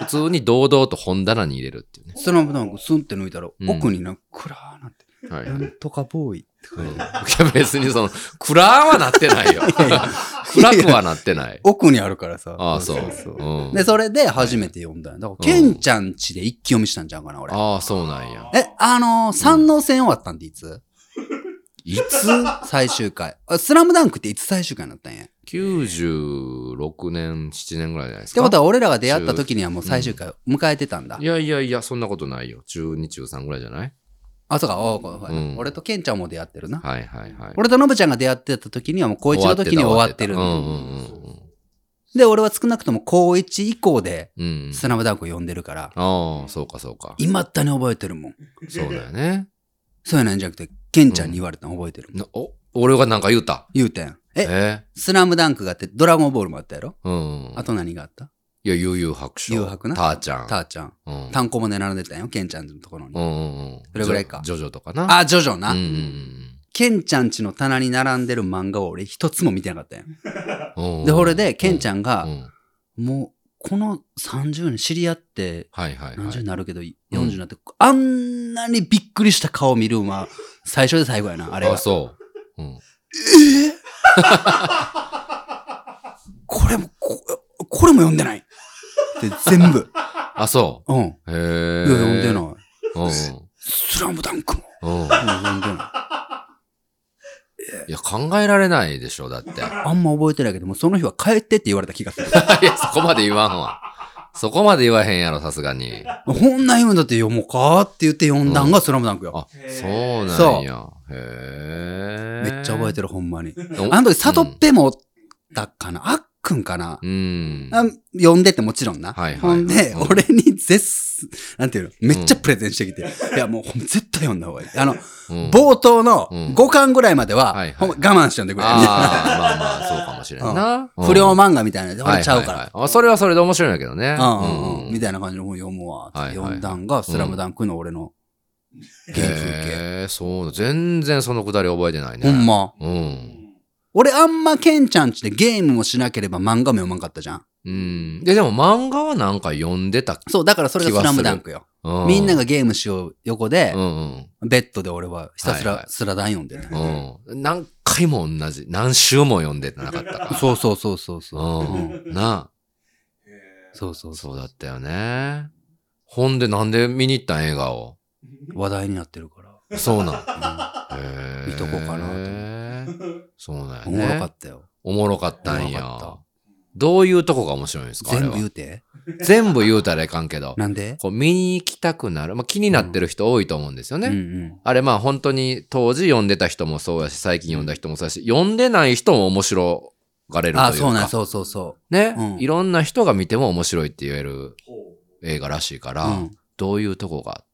[SPEAKER 2] 普通に堂々と本棚に入れるっていうね。
[SPEAKER 1] スラムダンクスンって抜いたら、
[SPEAKER 2] ん
[SPEAKER 1] 奥にな、くらーなって、
[SPEAKER 2] はい
[SPEAKER 1] な
[SPEAKER 2] はい。
[SPEAKER 1] んとかボーイ って書
[SPEAKER 2] うん、
[SPEAKER 1] い
[SPEAKER 2] い
[SPEAKER 1] てある
[SPEAKER 2] や別にその、暗はなってないよ。暗くはなってない。
[SPEAKER 1] 奥にあるからさ。
[SPEAKER 2] ああ、そう。うん
[SPEAKER 1] で、それで初めて読んだよ。だから、ケンちゃんちで一気読みしたんちゃうかな、俺。
[SPEAKER 2] ああ、そうなんや。
[SPEAKER 1] え、あのー、三能戦終わったんでいつ
[SPEAKER 2] いつ
[SPEAKER 1] 最終回。あスラムダンクっていつ最終回になったんや。っ
[SPEAKER 2] ?96 年、7年ぐらいじゃないです
[SPEAKER 1] て
[SPEAKER 2] か。
[SPEAKER 1] ことは俺らが出会った時にはもう最終回を迎えてたんだ。
[SPEAKER 2] いやいやいや、そんなことないよ。12、13ぐらいじゃない
[SPEAKER 1] あ、そうか、おうこう
[SPEAKER 2] うん
[SPEAKER 1] 俺とケンちゃんも出会ってるな。
[SPEAKER 2] はいはいはい。
[SPEAKER 1] 俺とノブちゃんが出会ってた時にはもう高一の時に終わってるん
[SPEAKER 2] う
[SPEAKER 1] だ
[SPEAKER 2] んうんうん
[SPEAKER 1] で、俺は少なくとも高一以降で
[SPEAKER 2] うん。うん。
[SPEAKER 1] スラムダンクを読んでるから、
[SPEAKER 2] ああ、そうかそうか。
[SPEAKER 1] いまだに覚えてるもん。
[SPEAKER 2] そうだよね。
[SPEAKER 1] そうやないんじゃなくて、ケンちゃんに言われたの覚えてるもん。
[SPEAKER 2] なお、俺がなんか言うた。
[SPEAKER 1] 言うてん。え、
[SPEAKER 2] え
[SPEAKER 1] スラムダンクがあって、ドラゴンボールもあったやろ
[SPEAKER 2] うん。
[SPEAKER 1] あと何があった
[SPEAKER 2] いや、悠々白書。
[SPEAKER 1] 悠々白な
[SPEAKER 2] ターちゃん。
[SPEAKER 1] ターちゃん。
[SPEAKER 2] うん。
[SPEAKER 1] 単行本で並んでたんよ、ケンちゃんのところに
[SPEAKER 2] う。んうんうん。
[SPEAKER 1] それぐらいか
[SPEAKER 2] ジョジョジョとかな。あ
[SPEAKER 1] あ、ジョジョな
[SPEAKER 2] うん。うん
[SPEAKER 1] ケンちゃんちの棚に並んでる漫画を俺一つも見てなかったんよ。
[SPEAKER 2] うんうん。
[SPEAKER 1] で、俺で、ケンち
[SPEAKER 2] ん
[SPEAKER 1] ゃん
[SPEAKER 2] う
[SPEAKER 1] が、
[SPEAKER 2] ん。
[SPEAKER 1] もう、この30年知り合って、
[SPEAKER 2] はいはいは
[SPEAKER 1] 何十に
[SPEAKER 2] い。
[SPEAKER 1] なるけど、
[SPEAKER 2] うん
[SPEAKER 1] 40になって、あんなにびっくりした顔見るんは、最初で最後やな、あれ
[SPEAKER 2] あ、
[SPEAKER 1] が。
[SPEAKER 2] そう。うん。
[SPEAKER 1] これも、ここれも読んでないって全部。
[SPEAKER 2] あ、そ。
[SPEAKER 1] うん。いう
[SPEAKER 2] へえ。
[SPEAKER 1] や、読んで
[SPEAKER 2] い。
[SPEAKER 1] ない。スラムダンクも。
[SPEAKER 2] うんうん。
[SPEAKER 1] うん読んでない。
[SPEAKER 2] いや、考えられないでしょ、だって。
[SPEAKER 1] あんま覚えてないけど、もうその日は帰ってって言われた気がする。
[SPEAKER 2] いや、そこまで言わんわ。そこまで言わへんやろ、さすがに。
[SPEAKER 1] こんなん読むんだって読もうかって言って読んだんがスラムダンクよ。
[SPEAKER 2] あ、そうな
[SPEAKER 1] そうん
[SPEAKER 2] や。へ
[SPEAKER 1] め
[SPEAKER 2] え。
[SPEAKER 1] っちゃ覚えてる、ほんまに。
[SPEAKER 2] る
[SPEAKER 1] あの時、サトッペもおったかな、あっくんかな、
[SPEAKER 2] うん。
[SPEAKER 1] あ呼んでてもちろんな。
[SPEAKER 2] はいはい
[SPEAKER 1] ほんで、
[SPEAKER 2] うん
[SPEAKER 1] 俺に絶す、なんていうの、めっちゃプレゼンしてきて。 いや、もうほんま絶対読んだ方がいい。あの、
[SPEAKER 2] うん
[SPEAKER 1] 冒頭の
[SPEAKER 2] うん
[SPEAKER 1] 5巻ぐらいまでは、
[SPEAKER 2] はいはい
[SPEAKER 1] ほんま我慢して読んでくれ。
[SPEAKER 2] ああ、まあまあ、そうかもしれ んな。うん
[SPEAKER 1] 不良漫画みたいなやつ、俺ちゃうから。
[SPEAKER 2] はいはいはいあそれはそれで面白いんだけどね。
[SPEAKER 1] うんうんうん、み
[SPEAKER 2] い
[SPEAKER 1] たいな感じの本読むわ。
[SPEAKER 2] はいはい
[SPEAKER 1] 読んだんが、スラムダンクの俺の原
[SPEAKER 2] な。
[SPEAKER 1] 風景。
[SPEAKER 2] へえ、そうだ。全然そのくだり覚えてないね。
[SPEAKER 1] ほん。ま。
[SPEAKER 2] うん。
[SPEAKER 1] 俺あんまケンちゃんちでゲームもしなければ漫画も読まんかったじゃん。
[SPEAKER 2] うん。で、でも漫画はなんか読んでた。
[SPEAKER 1] そう、だからそれがスラムダンクよ。
[SPEAKER 2] う
[SPEAKER 1] みんな
[SPEAKER 2] が、
[SPEAKER 1] がゲームしよう横で
[SPEAKER 2] う、ん
[SPEAKER 1] ベッドで俺はひたす
[SPEAKER 2] はいは
[SPEAKER 1] ら
[SPEAKER 2] い
[SPEAKER 1] スラダン読んでる。
[SPEAKER 2] うん。うん。何回も同じ。何週も読んでなかったか
[SPEAKER 1] そうそうそうそう
[SPEAKER 2] ら。
[SPEAKER 1] そう。
[SPEAKER 2] う
[SPEAKER 1] うん
[SPEAKER 2] ん。な
[SPEAKER 3] へ
[SPEAKER 1] そうそう
[SPEAKER 2] あ、
[SPEAKER 1] そう。
[SPEAKER 2] そうだったよね。ほんでなんで見に行ったん映画を。
[SPEAKER 3] ー
[SPEAKER 1] 話題になってるから。
[SPEAKER 2] そ うなん。
[SPEAKER 1] う
[SPEAKER 2] へえ
[SPEAKER 1] 見とこうかなと思
[SPEAKER 2] そうなんや
[SPEAKER 1] んおもろか
[SPEAKER 2] ね。
[SPEAKER 1] ったよ。
[SPEAKER 2] おもろかったん
[SPEAKER 1] おもろか
[SPEAKER 2] や
[SPEAKER 1] っ。
[SPEAKER 2] どういうとこが面白いんですかあれ
[SPEAKER 1] 全部
[SPEAKER 2] は
[SPEAKER 1] 言うて。
[SPEAKER 2] 全部言うたらいかんけど。
[SPEAKER 1] なんで
[SPEAKER 2] こう見に行きたくなる。まあ、気になってる人多いと思うんですよね。
[SPEAKER 1] うんうん。
[SPEAKER 2] あれまあ本当に当時読んでた人もそうやし、最近読んだ人もそうやし、読んでない人も面白がれるというか。
[SPEAKER 1] あ、そうなん、そうそうそ
[SPEAKER 2] ね、
[SPEAKER 1] うん
[SPEAKER 2] いろんな人が見ても面白いって言える
[SPEAKER 3] ほ
[SPEAKER 2] 映画らしいから、
[SPEAKER 1] う。うん
[SPEAKER 2] どういうとこが。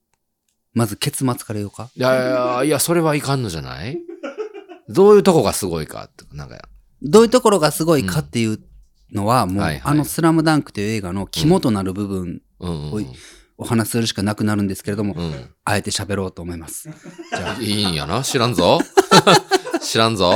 [SPEAKER 1] まず結末から言おうか。
[SPEAKER 2] いやいやいや、それはいかんのじゃないどういうとこがすごいかって、なんか、
[SPEAKER 1] どういうところがすごいかっていうのは、もう、
[SPEAKER 2] はいはい
[SPEAKER 1] あのスラムダンクという映画の肝となる部分、
[SPEAKER 2] うん、う
[SPEAKER 1] おい
[SPEAKER 2] ん。
[SPEAKER 1] お話しするしかなくなるんですけれども、
[SPEAKER 2] うん。
[SPEAKER 1] あえて喋ろうと思います。じゃあ、
[SPEAKER 2] いいんやな知らんぞ。 知らんぞ。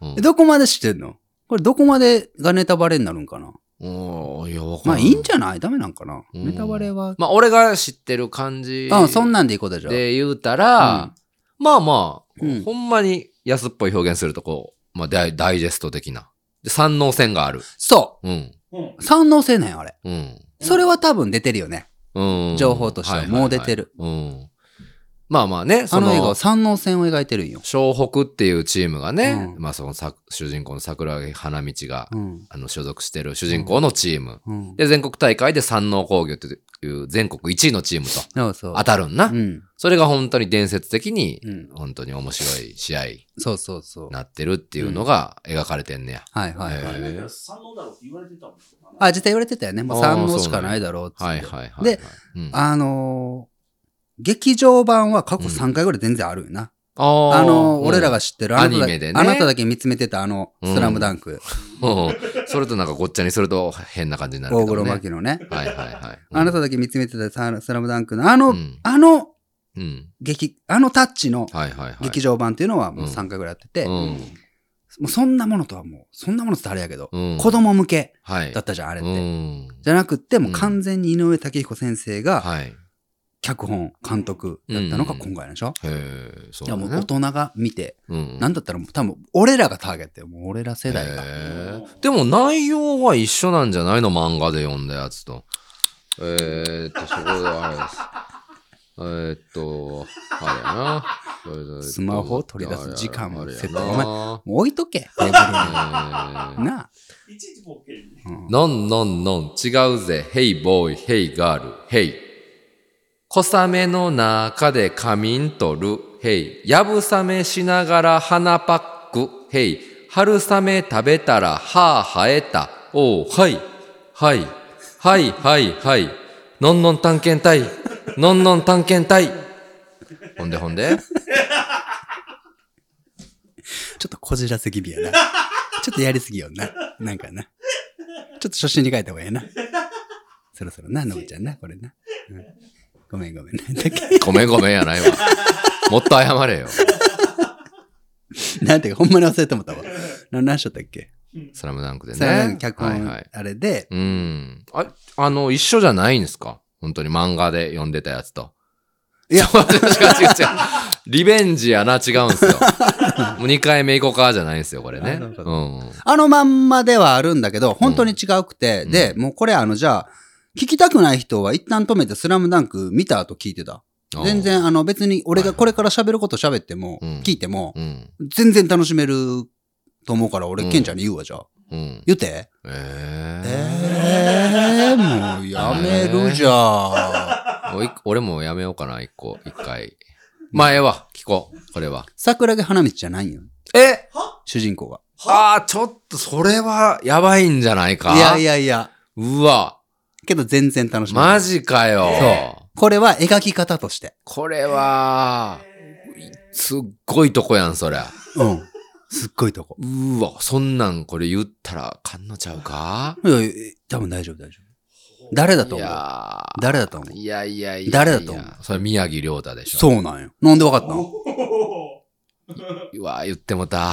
[SPEAKER 2] うん
[SPEAKER 1] えどこまで知ってんのこれどこまでがネタバレになるんかな
[SPEAKER 2] おーいや、わかん
[SPEAKER 1] まあ
[SPEAKER 2] ない
[SPEAKER 1] いんじゃないダメなんかな
[SPEAKER 2] うん
[SPEAKER 1] ネタバレは。
[SPEAKER 2] まあ、俺が知ってる感じ。
[SPEAKER 1] あそんなんでいいことじゃあ。
[SPEAKER 2] で言うたら、まあまあ、
[SPEAKER 1] うん
[SPEAKER 2] ほんまに安っぽい表現するとこう、まあダイダイジェスト的な。で、三能線がある。
[SPEAKER 1] そ
[SPEAKER 2] うん。
[SPEAKER 3] ううん
[SPEAKER 1] う三能性なんよあれ。
[SPEAKER 2] うん。
[SPEAKER 1] それは多分出てるよね。
[SPEAKER 2] うん。
[SPEAKER 1] 情報としては
[SPEAKER 2] はいはいはい
[SPEAKER 1] もう出てる。
[SPEAKER 2] うん。まあまあね、
[SPEAKER 1] あ
[SPEAKER 2] そ
[SPEAKER 1] の映画
[SPEAKER 2] の
[SPEAKER 1] は、三能線を描いてるんよ。
[SPEAKER 2] 湘北っていうチームがね、
[SPEAKER 1] うん
[SPEAKER 2] まあそのさ主人公の桜木花道が、
[SPEAKER 1] うん。
[SPEAKER 2] あの所属してる主人公のチーム。
[SPEAKER 1] うん。
[SPEAKER 2] で、全国大会で山王工業っていう全国1位のチームと
[SPEAKER 1] そうそう。
[SPEAKER 2] 当たるんな。
[SPEAKER 1] うん。
[SPEAKER 2] それが本当に伝説的に
[SPEAKER 1] う、ん。
[SPEAKER 2] 本当に面白い試合
[SPEAKER 1] そうそうそう。
[SPEAKER 2] なってるっていうのが描かれてんねや。
[SPEAKER 1] はいはいはい。
[SPEAKER 2] へ
[SPEAKER 3] だか
[SPEAKER 2] ー
[SPEAKER 3] ら三能だろうって言われてたもん
[SPEAKER 1] あ、実際言われてたよね。もう
[SPEAKER 2] あー
[SPEAKER 1] 三能しかないだろうっつって。
[SPEAKER 2] はいはいはい。
[SPEAKER 1] で、
[SPEAKER 2] うん、あ
[SPEAKER 1] あのー劇場版は過去3回ぐらい全然あるよな。
[SPEAKER 2] ー
[SPEAKER 1] あのー俺ら、
[SPEAKER 2] うん
[SPEAKER 1] が知ってるあなただ
[SPEAKER 2] アニメでね
[SPEAKER 1] あなただけ見つめてたあの、スラムダンク、
[SPEAKER 2] うんそれとなんかごっちゃにすると変な感じになる
[SPEAKER 1] 大
[SPEAKER 2] けど、
[SPEAKER 1] 黒
[SPEAKER 2] ね。
[SPEAKER 1] 摩季のね。
[SPEAKER 2] はいはいはい。
[SPEAKER 1] あなただけ見つめてたさスラムダンクのあの、
[SPEAKER 2] うん
[SPEAKER 1] あの
[SPEAKER 2] うん。
[SPEAKER 1] 劇、あのタッチの
[SPEAKER 2] はいはいはい。
[SPEAKER 1] 劇場版っていうのはもう
[SPEAKER 2] うん
[SPEAKER 1] 3回ぐらいやってて、
[SPEAKER 2] う
[SPEAKER 1] も
[SPEAKER 2] ん。
[SPEAKER 1] うそんなものとはもう、そんなものってあれやけど、
[SPEAKER 2] うん。
[SPEAKER 1] 子供向け
[SPEAKER 2] はい。
[SPEAKER 1] だったじゃん、あれっ
[SPEAKER 2] う
[SPEAKER 1] て。
[SPEAKER 2] ん。
[SPEAKER 1] じゃなくって、もううん完全に井上武彦先生が
[SPEAKER 2] はい。へ
[SPEAKER 1] 脚本、監督だったのが
[SPEAKER 2] うん
[SPEAKER 1] 今回なんでしょ、
[SPEAKER 2] え、そう
[SPEAKER 1] いや
[SPEAKER 2] だ
[SPEAKER 1] も
[SPEAKER 2] ね。
[SPEAKER 1] う大人が見て、
[SPEAKER 2] うん
[SPEAKER 1] なんだったらもう多分俺らがターゲットよ。もう俺ら世代が。
[SPEAKER 2] へーでも内容は一緒なんじゃないの漫画で読んだやつと。えー、っと、そこであれです。えー、っと、あれやなそれで。
[SPEAKER 1] スマホを取り出す時間も
[SPEAKER 2] あれや
[SPEAKER 1] 設定
[SPEAKER 2] な
[SPEAKER 1] お前もう置いとけ。テーブル
[SPEAKER 2] えー
[SPEAKER 1] になあ。
[SPEAKER 3] いちいちボケるね
[SPEAKER 1] うん
[SPEAKER 2] ノンノンノン違うぜ。ヘイボーイ、ヘイガール、ヘイ。小雨の中で仮眠取る、ヘイ。やぶさめしながら鼻パック、ヘイ。春雨食べたら歯生えた、おう、はい、はい、はい、はい、はい。ノンノン探検隊、ノンノン探検隊。ほんでほんで
[SPEAKER 1] ちょっとこじらせ気味やな。ちょっとやりすぎよな。なんかな。ちょっと初心に書いた方がええな。そろそろな、のぶちゃんな、これな。うんごめんごめん。なんだっけ
[SPEAKER 2] ごめんごめんやないわ。もっと謝れよ。
[SPEAKER 1] なんていうか、ほんまに忘れてもったわ。な何しとったっけ
[SPEAKER 2] スラムダンクでね。
[SPEAKER 1] さあ、脚
[SPEAKER 2] はい
[SPEAKER 1] 本
[SPEAKER 2] はい、
[SPEAKER 1] あれで、
[SPEAKER 2] うん。あ、あの、一緒じゃないんですか本当に漫画で読んでたやつと。
[SPEAKER 1] いや
[SPEAKER 2] 違う違う違う。リベンジやな、違うんですよ。もう2回目行こうか、じゃないんですよ、これ
[SPEAKER 1] な
[SPEAKER 2] ね。
[SPEAKER 1] るほ
[SPEAKER 2] う
[SPEAKER 1] ど
[SPEAKER 2] ん。
[SPEAKER 1] あのまんまではあるんだけど、本当に違うくて、
[SPEAKER 2] うん
[SPEAKER 1] で、もうこれあの、じゃあ、聞きたくない人は一旦止めてスラムダンク見た後聞いてた。全然あの別に俺がこれから喋ること喋っても、
[SPEAKER 2] うん
[SPEAKER 1] 聞いても
[SPEAKER 2] う、ん。
[SPEAKER 1] 全然楽しめると思うから俺、
[SPEAKER 2] うん
[SPEAKER 1] ケンちゃんに言うわ、じゃあ。
[SPEAKER 2] うん。
[SPEAKER 1] 言って。
[SPEAKER 2] え
[SPEAKER 1] えー、もうやめるじゃん。
[SPEAKER 2] ー、もうい俺もやめようかな、一個、一回。まあ、ええわ、聞こう。これは。
[SPEAKER 1] 桜木花道じゃないんよ、
[SPEAKER 2] え
[SPEAKER 1] 主人公が。
[SPEAKER 3] は
[SPEAKER 2] ああ、ちょっと、それは、やばいんじゃないか
[SPEAKER 1] いやい。やいや、
[SPEAKER 2] うわ、
[SPEAKER 1] けど全然楽しめる。
[SPEAKER 2] マジかよ。
[SPEAKER 3] そ
[SPEAKER 1] これは描き方として。
[SPEAKER 2] これは、すっごいとこやん、そりゃ。
[SPEAKER 1] うん。すっごいとこ。
[SPEAKER 2] うーわ、そんなんこれ言ったらあかんのちゃうか
[SPEAKER 1] いやいや、多分大丈夫大丈夫。誰だと
[SPEAKER 2] い
[SPEAKER 1] 思う
[SPEAKER 2] や
[SPEAKER 1] 誰だと思
[SPEAKER 2] ー
[SPEAKER 1] う
[SPEAKER 2] いやいやいや。
[SPEAKER 1] 誰だと思う
[SPEAKER 2] それ宮城亮太でしょ。
[SPEAKER 1] そうなんよ。なんでわかったの
[SPEAKER 3] おー
[SPEAKER 2] う。うわ、言ってもた。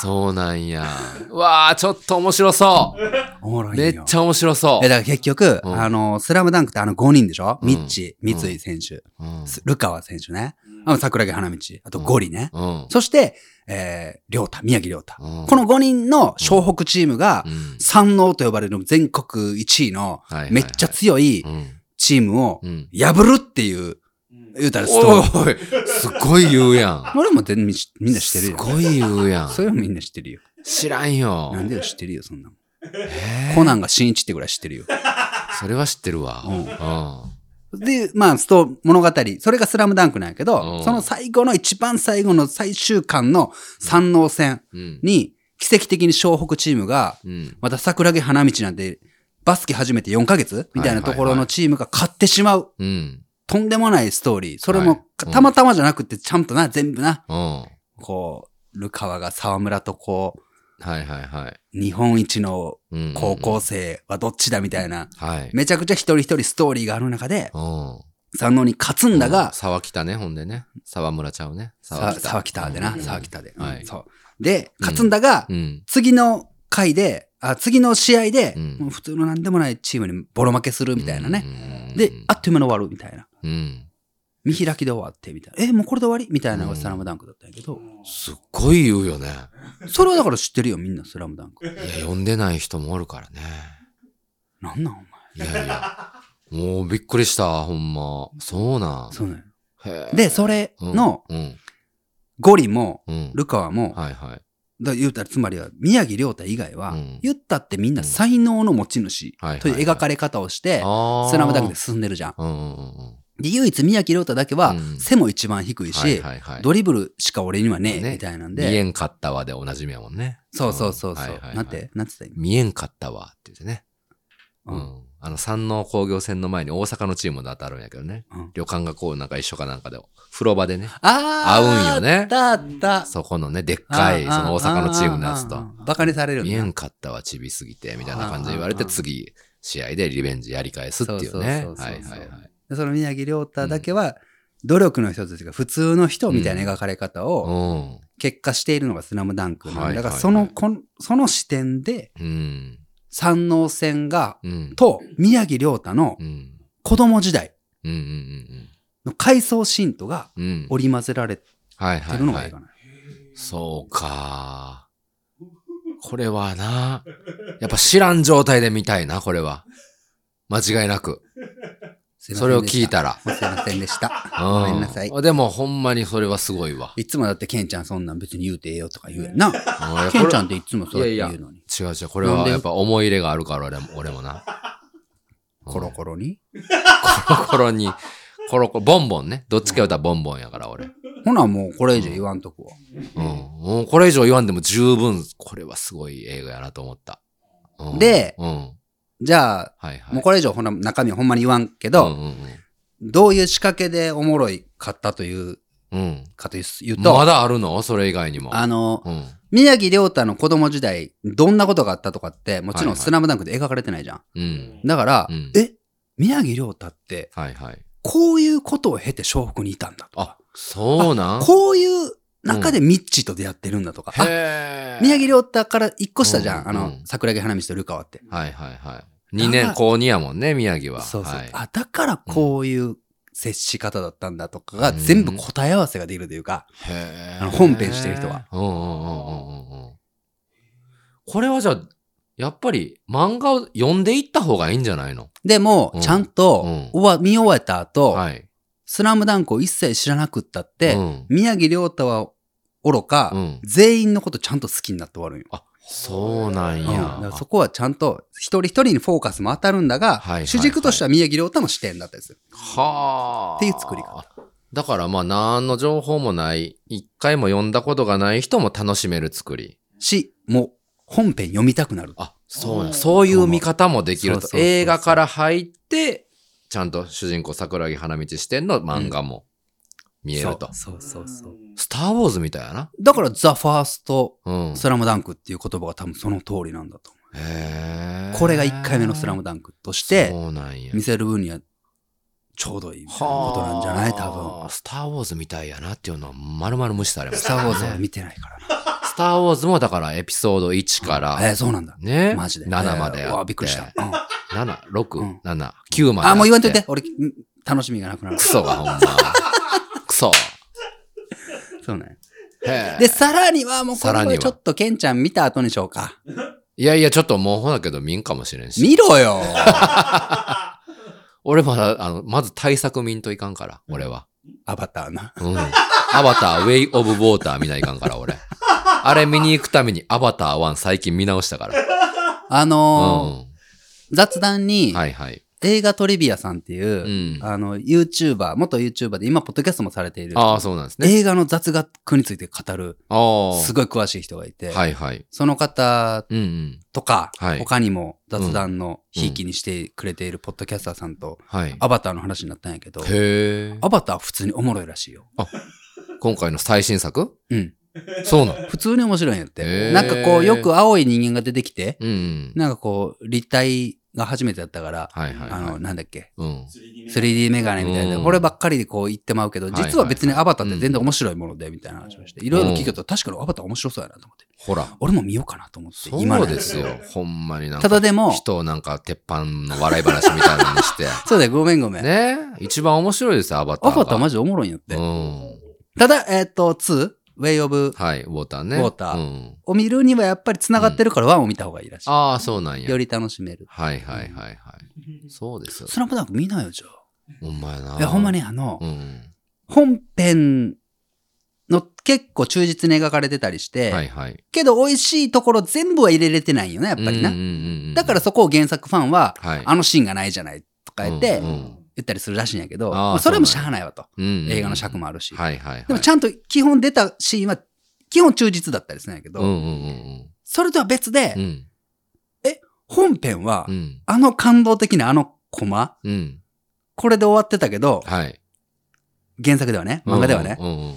[SPEAKER 2] そうなんや。うわあ、ちょっと面白そ
[SPEAKER 1] おもろ
[SPEAKER 2] う。
[SPEAKER 1] いんよ。
[SPEAKER 2] めっちゃ面白そ
[SPEAKER 1] え、だから結局、
[SPEAKER 2] うん
[SPEAKER 1] あの、スラムダンクってあの5人でしょ、
[SPEAKER 2] うん
[SPEAKER 1] ミッチ、三井選手、
[SPEAKER 2] う。うん
[SPEAKER 1] すルカワ選手ね。あ
[SPEAKER 3] う
[SPEAKER 1] の、
[SPEAKER 3] ん
[SPEAKER 1] 桜木花道。あとゴリね。
[SPEAKER 2] うん。
[SPEAKER 1] そして、えー、りょうた、宮城りょうた。
[SPEAKER 2] うん
[SPEAKER 1] この5人の湘北チームが
[SPEAKER 2] う、ん
[SPEAKER 1] 山王と呼ばれる全国1位の
[SPEAKER 2] はいはいはい
[SPEAKER 1] めっちゃ強い
[SPEAKER 2] うん。
[SPEAKER 1] チームを
[SPEAKER 2] うん。
[SPEAKER 1] 破るっていう、
[SPEAKER 3] うん
[SPEAKER 1] 言うたらストー
[SPEAKER 2] お
[SPEAKER 1] リー。
[SPEAKER 2] い、すごい言うやん。
[SPEAKER 1] 俺も全然みんな知ってる
[SPEAKER 2] す
[SPEAKER 1] よ。
[SPEAKER 2] ごい言うやん。
[SPEAKER 1] それはみんな知ってるよ。
[SPEAKER 2] 知らんよ。
[SPEAKER 1] なんでよ、知ってるよ、そんなもん。
[SPEAKER 2] えー
[SPEAKER 1] コナンが新一ってぐらい知ってるよ。
[SPEAKER 2] それは知ってるわ。
[SPEAKER 1] うん
[SPEAKER 2] う
[SPEAKER 1] で、まあ、スト物語、それがスラムダンクなんやけ
[SPEAKER 2] う
[SPEAKER 1] ど、
[SPEAKER 2] ん
[SPEAKER 1] その最後の一番最後の最終巻の山王戦
[SPEAKER 2] ん。
[SPEAKER 1] に、奇跡的に湘北チームが、
[SPEAKER 2] うん。
[SPEAKER 1] また桜木花道なんて、バスケ始めて4ヶ月みたいなところのチームが勝ってしまう。
[SPEAKER 2] うん。
[SPEAKER 1] とんでもないストーリー。それ
[SPEAKER 2] は
[SPEAKER 1] も、
[SPEAKER 2] いうん
[SPEAKER 1] たまたまじゃなくて、ちゃんとな、全部な、
[SPEAKER 2] うん。は
[SPEAKER 1] こう、ルカワが沢村とこ
[SPEAKER 2] いはいは
[SPEAKER 1] う、日本一の
[SPEAKER 2] い。うん。
[SPEAKER 1] 高校生はどっちだみたいな、
[SPEAKER 2] はい。
[SPEAKER 1] めちゃくちゃ一人一人ストーリーがある中で、
[SPEAKER 2] うん。
[SPEAKER 1] 山王に勝つんだが、
[SPEAKER 2] 沢北ね、ほんでね。沢村ちゃうね。
[SPEAKER 1] さ沢北でな、
[SPEAKER 2] うん
[SPEAKER 1] 沢北で。うん
[SPEAKER 2] はい
[SPEAKER 1] そう。で、勝つんだが、
[SPEAKER 2] うん。
[SPEAKER 1] 次の回で、あ、次の試合で、
[SPEAKER 2] うん
[SPEAKER 1] もう普通の何でもないチームにボロ負けするみたいなね。
[SPEAKER 2] ね
[SPEAKER 1] で、あっという間に終わるみたいな。
[SPEAKER 2] うん。
[SPEAKER 1] 見開きで終わって、みたいな。え、もうこれで終わりみたいなのがスラムダンクだったんやけど、
[SPEAKER 2] すっごい言うよね。
[SPEAKER 1] それはだから知ってるよ、みんな、スラムダンク。
[SPEAKER 2] いや、読んでない人もおるからね。
[SPEAKER 1] なんなん、お前。
[SPEAKER 2] いやいや。もうびっくりした、ほんま。そうなん。
[SPEAKER 1] そうなんよ
[SPEAKER 2] へえ
[SPEAKER 1] で、それの、
[SPEAKER 2] うん。
[SPEAKER 1] ゴリも、
[SPEAKER 2] うん。
[SPEAKER 1] ルカワも、
[SPEAKER 2] はいはい。
[SPEAKER 1] だ言うたら、つまりは、宮城亮太以外は、
[SPEAKER 2] うん
[SPEAKER 1] 言ったってみんな才能の持ち主
[SPEAKER 2] はい
[SPEAKER 1] という描かれ方をして、
[SPEAKER 2] あー
[SPEAKER 1] スラムダンクで進んでるじゃん。
[SPEAKER 2] うんうんうんうん。
[SPEAKER 1] で、唯一宮城亮太だけは
[SPEAKER 2] うん、
[SPEAKER 1] 背も一番低いし、
[SPEAKER 2] はいはいはい。
[SPEAKER 1] ドリブルしか俺にはねえ、
[SPEAKER 2] ね
[SPEAKER 1] みたいなん
[SPEAKER 2] 見え
[SPEAKER 1] で、
[SPEAKER 2] んかったわでおなじみやもんね。
[SPEAKER 1] そうそうそうそう、
[SPEAKER 2] んはいはいはい
[SPEAKER 1] なんて、なんて言った今。
[SPEAKER 2] 見えんかったわって言ってね。
[SPEAKER 1] う
[SPEAKER 2] うんん。あの、山王工業戦の前に大阪のチームだってあるんやけどね。
[SPEAKER 1] うん
[SPEAKER 2] 旅館がこうなんか一緒かなんかで、風呂場でね。
[SPEAKER 1] あー
[SPEAKER 2] 合うんよね
[SPEAKER 1] あったあった。
[SPEAKER 2] そこのね、でっかい、その大阪のチームのやつと。
[SPEAKER 1] バカにされるんだ
[SPEAKER 2] 見えんかったわ、ちびすぎて、みたいな感じで言われ
[SPEAKER 1] あ
[SPEAKER 2] て、
[SPEAKER 1] ーあー
[SPEAKER 2] 次、試合でリベンジやり返すっていうね。
[SPEAKER 1] そうそうそうそう
[SPEAKER 2] はいはいはい。
[SPEAKER 1] でその宮城亮太だけは、努力の人たちが普通の人みたいな描かれ方
[SPEAKER 2] う
[SPEAKER 1] を
[SPEAKER 2] ん。
[SPEAKER 1] 結果しているのがスラムダンクなん
[SPEAKER 2] はい
[SPEAKER 1] でだから
[SPEAKER 2] はい
[SPEAKER 1] その、
[SPEAKER 2] はい
[SPEAKER 1] こんその視点で
[SPEAKER 2] うん。
[SPEAKER 1] 山王戦が、
[SPEAKER 2] うん。
[SPEAKER 1] と宮城亮太の
[SPEAKER 2] うん。うん。
[SPEAKER 1] 子供時代
[SPEAKER 2] うんうん
[SPEAKER 1] の回想シーンとが
[SPEAKER 2] うん。うん。
[SPEAKER 1] 織り交ぜられて
[SPEAKER 2] はいはい
[SPEAKER 1] るのが
[SPEAKER 2] はいい
[SPEAKER 1] いか。な。
[SPEAKER 2] そうか。これはな、やっぱ知らん状態で見たいな、これは。間違いなく。
[SPEAKER 1] すいませ
[SPEAKER 2] そ
[SPEAKER 1] ん
[SPEAKER 2] れを
[SPEAKER 1] で
[SPEAKER 2] 聞
[SPEAKER 1] し
[SPEAKER 2] い。たら。
[SPEAKER 1] もうすいませんでした。
[SPEAKER 2] う
[SPEAKER 1] ごめんなさい。
[SPEAKER 2] でもほんまにそれはすごい わ。
[SPEAKER 1] いつもだってケンちゃんそんなん別に言うてええよとか言うやんな。
[SPEAKER 2] うん
[SPEAKER 1] ケンちゃん
[SPEAKER 2] こ
[SPEAKER 1] っていつもそうやって言うのに。
[SPEAKER 2] れ違う違う、これはやっぱ思い入れがあるから俺も俺もな。
[SPEAKER 1] コロコロに。
[SPEAKER 2] ロコロに、コロコロ、ボンボンね。どっちか言うたらボンボンやから俺。
[SPEAKER 1] ほなもうこれ以上言わんとこは。
[SPEAKER 2] うん。もうこれ以上言わんでも十分、これはすごい映画やなと思った。うん
[SPEAKER 1] で
[SPEAKER 2] うん。
[SPEAKER 1] じゃあ、
[SPEAKER 2] はいはい。
[SPEAKER 1] もうこれ以上ほな中身ほんまに言わんけど、
[SPEAKER 2] うんうん
[SPEAKER 1] どういう仕掛けでおもろいかったという、
[SPEAKER 2] うん。うん。
[SPEAKER 1] かという言う
[SPEAKER 2] ま
[SPEAKER 1] と、
[SPEAKER 2] だあるのそれ以外にも。
[SPEAKER 1] あの、
[SPEAKER 2] うん。
[SPEAKER 1] 宮城亮太の子供時代、どんなことがあったとかって、もちろ
[SPEAKER 2] は
[SPEAKER 1] ん
[SPEAKER 2] いはい
[SPEAKER 1] スラムダンクで描かれてないじゃん。
[SPEAKER 2] うん。
[SPEAKER 1] だから、
[SPEAKER 2] うん
[SPEAKER 1] え、宮城亮太って、
[SPEAKER 2] はいはい。
[SPEAKER 1] こういうことを経て湘北にいたんだと
[SPEAKER 2] あ
[SPEAKER 1] か、、
[SPEAKER 2] そうなん
[SPEAKER 1] こういう中でミッチーと出会ってるんだとか、あ
[SPEAKER 2] へー
[SPEAKER 1] 宮城亮太から一個下じゃん、
[SPEAKER 2] うん
[SPEAKER 1] あ
[SPEAKER 2] う
[SPEAKER 1] の
[SPEAKER 2] ん、
[SPEAKER 1] 桜木花道とルカワって。
[SPEAKER 2] はいはいはい。2年、高2やもんね、宮城は。
[SPEAKER 1] そうそう、
[SPEAKER 2] はい、
[SPEAKER 1] あ、だからこういう接し方だったんだとかが、全部答え合わせができるというか、
[SPEAKER 2] へ
[SPEAKER 1] あの
[SPEAKER 2] ー
[SPEAKER 1] 本編してる人は。
[SPEAKER 2] うんうんうんうんうんうん。これはじゃあ、やっぱり漫画を読んでいった方がいいんじゃないの
[SPEAKER 1] でも
[SPEAKER 2] う、ん
[SPEAKER 1] ちゃんと、
[SPEAKER 2] う
[SPEAKER 1] 終わ見終えた後、
[SPEAKER 2] はい。
[SPEAKER 1] スラムダンクを一切知らなくったって、
[SPEAKER 2] うん
[SPEAKER 1] 宮城亮太は愚か、
[SPEAKER 2] うん
[SPEAKER 1] 全員のことちゃんと好きになって終わるんよ。
[SPEAKER 2] あ、そうなん
[SPEAKER 1] うん、だ
[SPEAKER 2] や。
[SPEAKER 1] からそこはちゃんと一人一人にフォーカスも当たるんだが、
[SPEAKER 2] はいはい
[SPEAKER 1] 主軸としては宮城亮太の視点だったりする。
[SPEAKER 2] はあ。
[SPEAKER 1] っていう作り方。
[SPEAKER 2] だからまあ何の情報もない、一回も読んだことがない人も楽しめる作り。
[SPEAKER 1] し、もう本編読みたくなる。
[SPEAKER 2] あ、そう
[SPEAKER 3] う
[SPEAKER 2] や。
[SPEAKER 3] ん
[SPEAKER 2] そういう見方もできる
[SPEAKER 1] そうそう
[SPEAKER 2] と。
[SPEAKER 1] そうそう
[SPEAKER 2] 映画から入って、ちゃんと主人公桜木花道視点の漫画も見えると。
[SPEAKER 1] そうそうそうそう。
[SPEAKER 2] スターウォーズみたいやな。
[SPEAKER 1] だから、ザ・ファースト・
[SPEAKER 2] うん。
[SPEAKER 1] スラムダンクっていう言葉が多分その通りなんだと思
[SPEAKER 2] へ
[SPEAKER 1] う。
[SPEAKER 2] ー
[SPEAKER 1] これが1回目のスラムダンクとして、
[SPEAKER 2] そうなんや。
[SPEAKER 1] 見せる分にはちょうどいいみたいなことなんじゃない多分。
[SPEAKER 2] 分。スターウォーズみたいやなっていうのは丸々無視されまし
[SPEAKER 1] ス
[SPEAKER 2] た
[SPEAKER 1] ター・
[SPEAKER 2] ね。
[SPEAKER 1] ウォーズは見てないからな。
[SPEAKER 2] スター・ウォーズもだからエピソード1から、
[SPEAKER 1] えー、そうなんだ。
[SPEAKER 2] ね。
[SPEAKER 1] マジで。
[SPEAKER 2] 7まで
[SPEAKER 1] えーう
[SPEAKER 2] あって。
[SPEAKER 1] わびっくりした。うん
[SPEAKER 2] 7、
[SPEAKER 1] う
[SPEAKER 2] 6
[SPEAKER 1] ん、
[SPEAKER 2] 7、9まで。
[SPEAKER 1] あ、もう言わんといて。。俺、うん楽しみがなくなる
[SPEAKER 2] ク。ソがほん ま。クソ。
[SPEAKER 1] そうね。
[SPEAKER 2] へえ
[SPEAKER 1] で、さらには、もうこ
[SPEAKER 2] さらに
[SPEAKER 1] れ
[SPEAKER 2] は
[SPEAKER 1] ちょっとケンちゃん見た後にしようか。
[SPEAKER 2] いやいや、ちょっともうほだけど見んかもしれんし。
[SPEAKER 1] 見ろ よ
[SPEAKER 2] 俺まだ、あの、まず対策見んといかんから、俺は。
[SPEAKER 1] アバターな。
[SPEAKER 2] うん。アバター、ウェイ・オブ・ウォーター見ないかんから、俺。あれ見に行くためにアバター1最近見直したから。
[SPEAKER 1] あ
[SPEAKER 2] う
[SPEAKER 1] のー
[SPEAKER 2] ん。
[SPEAKER 1] 雑談に、
[SPEAKER 2] はいはい。
[SPEAKER 1] 映画トリビアさんっていうう、
[SPEAKER 2] ん。
[SPEAKER 1] あの、YouTuber、元 YouTuber で今、ポッドキャストもされている、
[SPEAKER 2] ああ、そうなんですね。
[SPEAKER 1] 映画の雑学について語る、
[SPEAKER 2] ああ。
[SPEAKER 1] すごい詳しい人がいて、
[SPEAKER 2] はいはい。
[SPEAKER 1] その方
[SPEAKER 2] うんうん。
[SPEAKER 1] とか、
[SPEAKER 2] はい
[SPEAKER 1] 他にも雑談のひいきにしてくれているポッドキャスターさんと、
[SPEAKER 2] はい。
[SPEAKER 1] アバターの話になったんやけど、
[SPEAKER 2] へえ。
[SPEAKER 1] アバター普通におもろいらしいよ。
[SPEAKER 2] 今回の最新作
[SPEAKER 1] うん。
[SPEAKER 2] そうなの
[SPEAKER 1] 普通に面白いんやっ
[SPEAKER 2] へ
[SPEAKER 1] て。
[SPEAKER 2] ー
[SPEAKER 1] なんかこう、よく青い人間が出てきて、
[SPEAKER 2] うんうん。
[SPEAKER 1] なんかこう、立体が初めてだったから、
[SPEAKER 2] はいはい
[SPEAKER 1] あ
[SPEAKER 2] は
[SPEAKER 1] の、なんだっけ、
[SPEAKER 2] い。うん。
[SPEAKER 1] 3D メガネみたいな、
[SPEAKER 2] うん
[SPEAKER 1] こればっかりでこう言ってまうけど、
[SPEAKER 2] はいはい
[SPEAKER 1] 実は別にアバターって全然面白いもので、みたいな話をして、いろいろ聞くと確かにアバター面白そうやなと思って、
[SPEAKER 2] ほら。
[SPEAKER 1] 俺も見ようかなと思って、
[SPEAKER 2] そう
[SPEAKER 1] のや
[SPEAKER 2] で
[SPEAKER 1] つ
[SPEAKER 2] すよ。ほんまになん
[SPEAKER 1] た
[SPEAKER 2] か。
[SPEAKER 1] だでも、
[SPEAKER 2] 人をなんか鉄板の笑い話みたいなのに して。
[SPEAKER 1] そうだよ、ごめんごめん。
[SPEAKER 2] ね一番面白いですよ、アバタ
[SPEAKER 1] ア
[SPEAKER 2] ーが。
[SPEAKER 1] バターマ
[SPEAKER 2] ジ
[SPEAKER 1] ジおもろいんやって
[SPEAKER 2] う。ん。
[SPEAKER 1] ただ、えっと、2、Way of
[SPEAKER 2] はい、ウォーターね。
[SPEAKER 1] ウォーター
[SPEAKER 2] うん。
[SPEAKER 1] を見るにはやっぱり繋がってるから1を見た方がいいらしい。
[SPEAKER 2] ああ、そうなんや。
[SPEAKER 1] より楽しめる。
[SPEAKER 2] はいはいはいはい。そうですよ。
[SPEAKER 1] スラムダンク見なよ、じゃ
[SPEAKER 2] ほんまやな。
[SPEAKER 1] あ。いや、ほんま。にあの
[SPEAKER 2] う、ん。
[SPEAKER 1] 本編の結構忠実に描かれてたりして、
[SPEAKER 2] はいはい。
[SPEAKER 1] けど美味しいところ全部は入れれてないよね、やっぱりな。
[SPEAKER 2] うんうんうんうん
[SPEAKER 1] だから、そこを原作ファンは、
[SPEAKER 2] はい。
[SPEAKER 1] あのシーンがないじゃないとか言って、
[SPEAKER 2] うんうん
[SPEAKER 1] 言ったりするらしいんやけど、
[SPEAKER 2] あー
[SPEAKER 1] まあそれもしゃあないわと。映
[SPEAKER 2] 映
[SPEAKER 1] 画の尺もあるし。
[SPEAKER 2] はいはいはい。
[SPEAKER 1] でもちゃんと基本出たシーンは、基本忠実だったりするんやけど、
[SPEAKER 2] うんうんうん
[SPEAKER 1] それとは別で、
[SPEAKER 2] うん。うん。
[SPEAKER 1] 本編は、
[SPEAKER 2] うん。
[SPEAKER 1] あの感動的なあのコマ、
[SPEAKER 2] うん。
[SPEAKER 1] これで終わってたけど、
[SPEAKER 2] はい。
[SPEAKER 1] 原作ではね、漫画ではね、
[SPEAKER 2] うんうんうんうん。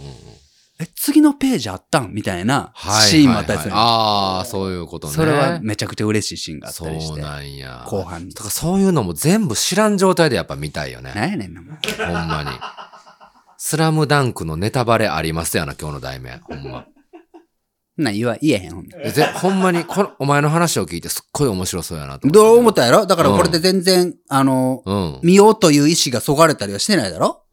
[SPEAKER 1] え、次のページあったんみたいな
[SPEAKER 2] はい
[SPEAKER 1] シーンもあったりする。
[SPEAKER 2] はいはいああ、そういうことね。
[SPEAKER 1] それはめちゃくちゃ嬉しいシーンがあったりし
[SPEAKER 2] そう
[SPEAKER 1] て、
[SPEAKER 2] なんや。
[SPEAKER 1] 後半に
[SPEAKER 2] だ。からそういうのも全部知らん状態でやっぱ見たいよね。
[SPEAKER 1] なんやねんな、もう
[SPEAKER 2] ほんまに。スラムダンクのネタバレありますやな、今日の題名。ほんま。
[SPEAKER 1] なん言わ、言えへん、ほんで
[SPEAKER 2] えぜほんまにこの、お前の話を聞いてすっごい面白そうやなと
[SPEAKER 1] どう思
[SPEAKER 2] 思
[SPEAKER 1] っ
[SPEAKER 2] った
[SPEAKER 1] やろだからこれで全然、あの、
[SPEAKER 2] たうん。
[SPEAKER 1] 見ようという意思がそがれたりはしてないだろ